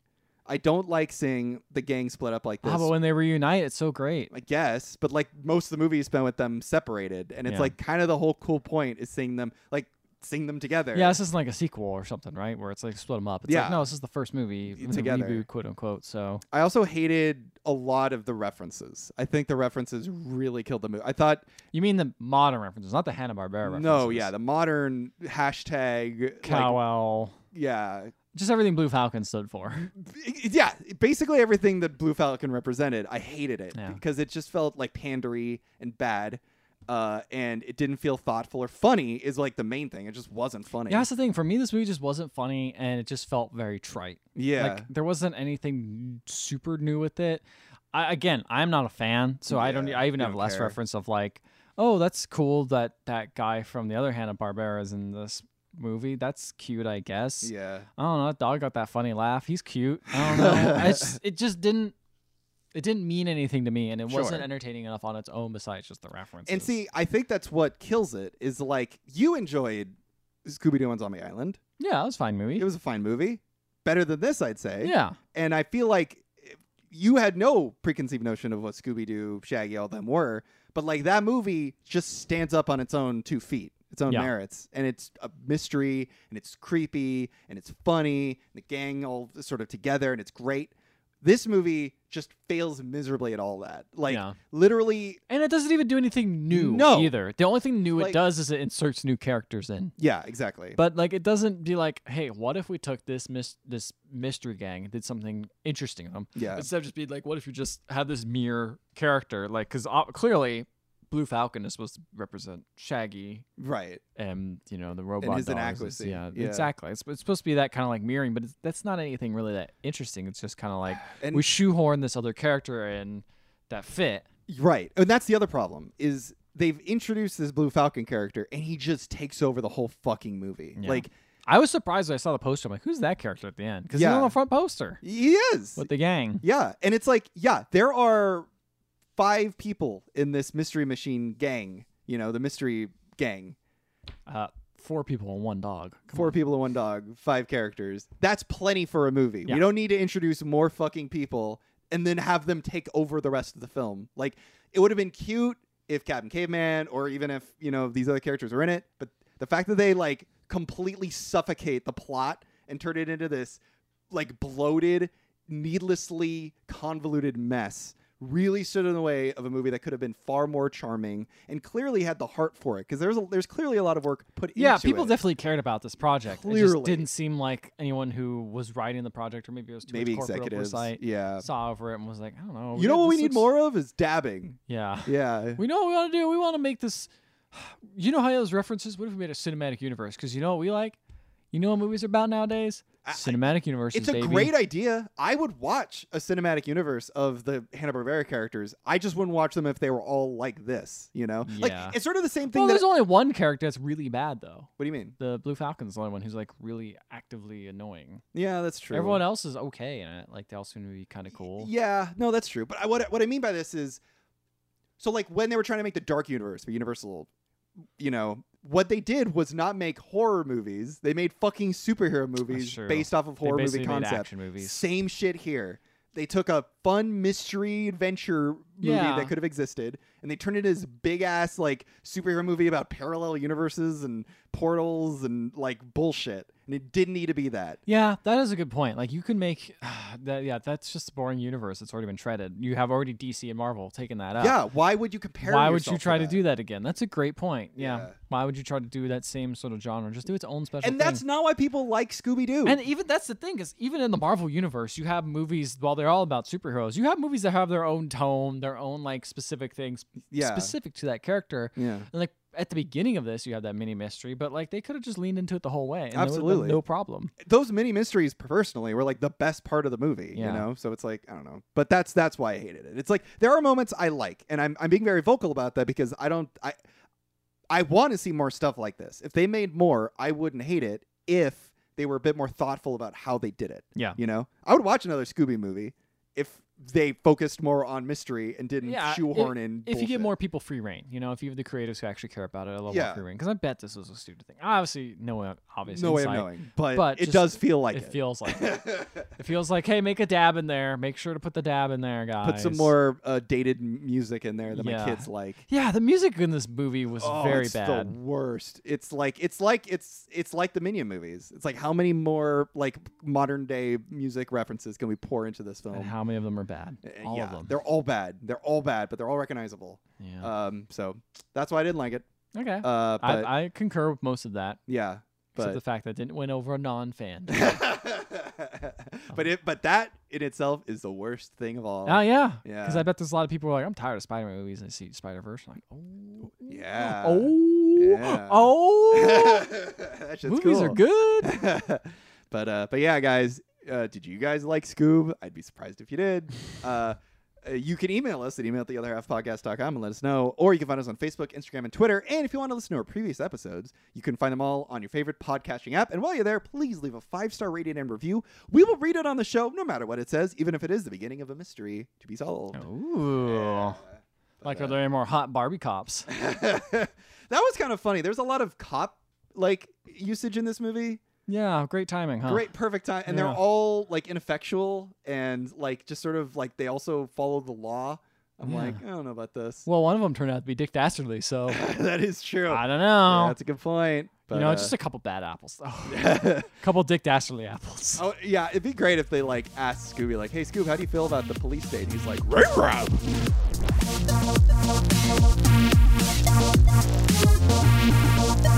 S1: I don't like seeing the gang split up like this.
S2: Ah, but when they reunite, it's so great.
S1: I guess, but like most of the movie is spent with them separated, and it's
S2: Yeah.
S1: like kind of the whole cool point is seeing them like seeing them together.
S2: Yeah, this isn't like a sequel or something, right? Where it's like split them up. It's
S1: Yeah.
S2: like no, this is the first movie the
S1: together.
S2: reboot, quote unquote. So
S1: I also hated a lot of the references. I think the references really killed the movie. I thought
S2: you mean the modern references, not the Hanna Barbera references?
S1: no, yeah, the modern hashtag, like,
S2: Cowell,
S1: yeah,
S2: just everything Blue Falcon
S1: <laughs>
S2: stood for.
S1: yeah, basically everything that Blue Falcon represented, I hated it
S2: Yeah.
S1: because it just felt like pandery and bad. Uh, and it didn't feel thoughtful or funny is like the main thing. It just wasn't funny.
S2: Yeah, that's the thing. For me, this movie just wasn't funny, and it just felt very trite.
S1: yeah.
S2: Like there wasn't anything super new with it. I, again, I'm not a fan, so I don't. e-,
S1: Yeah,
S2: I even
S1: you
S2: have
S1: don't
S2: less
S1: care.
S2: reference of like, oh, that's cool that that guy from the other Hanna Barbera is in this movie. That's cute, I guess.
S1: yeah.
S2: I don't know. That dog got that funny laugh. He's cute.
S1: <laughs>
S2: I don't know. I just- it just didn't. It didn't mean anything to me, and it wasn't
S1: Sure.
S2: entertaining enough on its own. Besides just the references.
S1: And see, I think that's what kills it is like you enjoyed Scooby Doo and Zombie Island.
S2: yeah, it was a fine movie.
S1: It was a fine movie, better than this, I'd say.
S2: yeah,
S1: And I feel like you had no preconceived notion of what Scooby Doo, Shaggy, all them were, but like that movie just stands up on its own two feet, its own
S2: Yeah.
S1: merits, and it's a mystery, and it's creepy, and it's funny, and the gang all sort of together, and it's great. This movie just fails miserably at all that. Like
S2: Yeah.
S1: literally,
S2: and it doesn't even do anything new.
S1: No.
S2: either. The only thing new
S1: Like-
S2: it does is it inserts new characters in.
S1: yeah, exactly.
S2: But like, it doesn't be like, hey, what if we took this mis- this mystery gang and did something interesting with them?
S1: yeah.
S2: Instead of just being like, what if you just have this mere character? Like, because clearly, Blue Falcon is supposed to represent Shaggy
S1: Right.
S2: and you know the robot
S1: his
S2: dogs. It's-
S1: inadequacy,
S2: Yeah,
S1: yeah.
S2: exactly. It's, it's supposed to be that kind of like mirroring, but it's, that's not anything really that interesting. It's just kind of like
S1: And
S2: we shoehorn this other character in that fit.
S1: right. And that's the other problem is they've introduced this Blue Falcon character and he just takes over the whole fucking movie.
S2: Yeah.
S1: Like
S2: I was surprised when I saw the poster. I'm like, who's that character at the end? Because he's on
S1: Yeah.
S2: the front poster
S1: he is.
S2: with the gang.
S1: yeah. And it's like, yeah, there are five people in this mystery machine gang, you know, the mystery gang.
S2: Uh, four people and one dog. Come
S1: Four
S2: on.
S1: people and one dog, five characters. That's plenty for a movie.
S2: Yeah.
S1: We don't need to introduce more fucking people and then have them take over the rest of the film. Like it would have been cute if Captain Caveman or even if you know these other characters are in it. But the fact that they like completely suffocate the plot and turn it into this like bloated, needlessly convoluted mess really stood in the way of a movie that could have been far more charming and clearly had the heart for it because there's a, there's clearly a lot of work put
S2: Yeah,
S1: into
S2: people
S1: it.
S2: definitely cared about this project. It just
S1: Clearly.
S2: didn't seem like anyone who was writing the project, or maybe it was too
S1: maybe
S2: much corporate
S1: executives
S2: oversight,
S1: yeah
S2: saw over it and was like, I don't know.
S1: you know
S2: got-
S1: what we
S2: Oh, this
S1: need
S2: looks-
S1: more of is dabbing
S2: <sighs> Yeah,
S1: yeah
S2: we know what we want to do. We want to make this. <sighs> You know how those references? What if we made a cinematic universe? Because you know what we like. You know what movies are about nowadays?
S1: I- I-
S2: cinematic universes.
S1: it's a
S2: baby.
S1: great idea. I would watch a cinematic universe of the Hanna Barbera characters. I just wouldn't watch them if they were all like this. You know,
S2: Yeah.
S1: like it's sort of the same thing.
S2: Well,
S1: that
S2: there's only one character that's really bad though.
S1: what do you mean?
S2: The Blue Falcon's the only one who's like really actively annoying.
S1: Yeah, that's true.
S2: Everyone else is okay in it. Like they all seem to be kind of cool.
S1: Yeah, no, that's true. But I, what I- what I mean by this is, so like when they were trying to make the Dark Universe for Universal, you know, what they did was not make horror movies. They made fucking superhero movies
S2: true.
S1: based off of
S2: They
S1: horror movie
S2: basically made
S1: concepts.
S2: action movies.
S1: Same shit here. They took a fun mystery adventure movie
S2: Yeah.
S1: that could have existed, and they turned it into this big ass like superhero movie about parallel universes and portals and like bullshit. And it didn't need to be that.
S2: Yeah, that is a good point. Like you can make <sighs> that. Yeah, that's just a boring universe. It's already been shredded. You have already DC and Marvel taken that up.
S1: yeah. Why would you compare?
S2: Why would
S1: yourself
S2: you try to
S1: that?
S2: do that again? That's a great point. Yeah.
S1: Yeah.
S2: Why would you try to do that same sort of genre? Just do its own special.
S1: and that's
S2: thing.
S1: not why people like Scooby Doo.
S2: and even that's the thing is even in the Marvel universe, you have movies. While they're all about superheroes, you have movies that have their own tone, their own like specific things
S1: Yeah.
S2: specific to that character.
S1: Yeah.
S2: And like at the beginning of this, you have that mini mystery, but like they could have just leaned into it the whole way. And there would've been
S1: Absolutely.
S2: no problem.
S1: Those mini mysteries, personally, were like the best part of the movie.
S2: Yeah.
S1: You know, so it's like I don't know, but that's that's why I hated it. It's like there are moments I like, and I'm I'm being very vocal about that because I don't I I want to see more stuff like this. If they made more, I wouldn't hate it if they were a bit more thoughtful about how they did it.
S2: Yeah.
S1: You know, I would watch another Scooby movie if they focused more on mystery and didn't
S2: Yeah,
S1: shoehorn in.
S2: if you
S1: bullshit.
S2: give more people free reign, you know, if you have the creatives who actually care about it, a little
S1: Yeah.
S2: more free reign. Because I bet this was a stupid thing. Obviously, no way, obviously,
S1: no way of knowing, but,
S2: but
S1: it
S2: just-
S1: does feel like
S2: it,
S1: it.
S2: feels like it.
S1: <laughs>
S2: It feels like, hey, make a dab in there. Make sure to put the dab in there, guys.
S1: Put some more uh, dated m- music in there that
S2: Yeah.
S1: my kids like.
S2: Yeah, the music in this movie was
S1: Oh,
S2: very
S1: it's
S2: bad.
S1: The worst. It's like it's like it's it's like the Minion movies. It's like how many more like modern day music references can we pour into this film?
S2: And how many of them are bad?
S1: Uh,
S2: All
S1: yeah,
S2: of them.
S1: They're all bad. They're all bad, but they're all recognizable.
S2: Yeah.
S1: Um, so that's why I didn't like it.
S2: okay.
S1: Uh, but
S2: I, I concur with most of that,
S1: yeah,
S2: except the
S1: but
S2: fact that it didn't win over
S1: <laughs>
S2: a non-fan.
S1: but it but that in itself is the worst thing of all.
S2: Oh yeah, Because
S1: Yeah.
S2: I bet there's a lot of people who are like, I'm tired of Spider-Man movies. And I see Spider Verse, like, oh,
S1: Yeah.
S2: oh,
S1: Yeah.
S2: oh.
S1: <laughs> That shit's
S2: movies are
S1: cool. <laughs>
S2: good.
S1: but uh, but yeah, guys, uh, did you guys like Scoob? I'd be surprised if you did. Uh, uh, you can email us at email at the other half podcast.com and let us know. Or you can find us on Facebook, Instagram, and Twitter. And if you want to listen to our previous episodes, you can find them all on your favorite podcasting app. And while you're there, please leave a five star rating and review. We will read it on the show no matter what it says, even if it is the beginning of a mystery to be solved.
S2: Oh. Ooh.
S1: uh,
S2: like, are there any more hot Barbie
S1: <laughs>
S2: cops?
S1: that was kind of funny. There's a lot of cop like usage in this movie.
S2: yeah, great timing, huh?
S1: great perfect time and
S2: Yeah.
S1: they're all like ineffectual and like just sort of like they also follow the law i'm
S2: Yeah.
S1: like i don't know about this
S2: Well, one of them turned out to be Dick Dastardly, so
S1: <laughs> that is true
S2: I don't
S1: Yeah,
S2: know.
S1: that's a good point but,
S2: you know,
S1: uh,
S2: just a couple bad apples, though.
S1: <laughs>
S2: <laughs> a couple Dick Dastardly apples.
S1: oh yeah it'd be great if they like asked scooby like hey scoob how do you feel about the police state and he's like "Rah, rah."
S5: Thank you.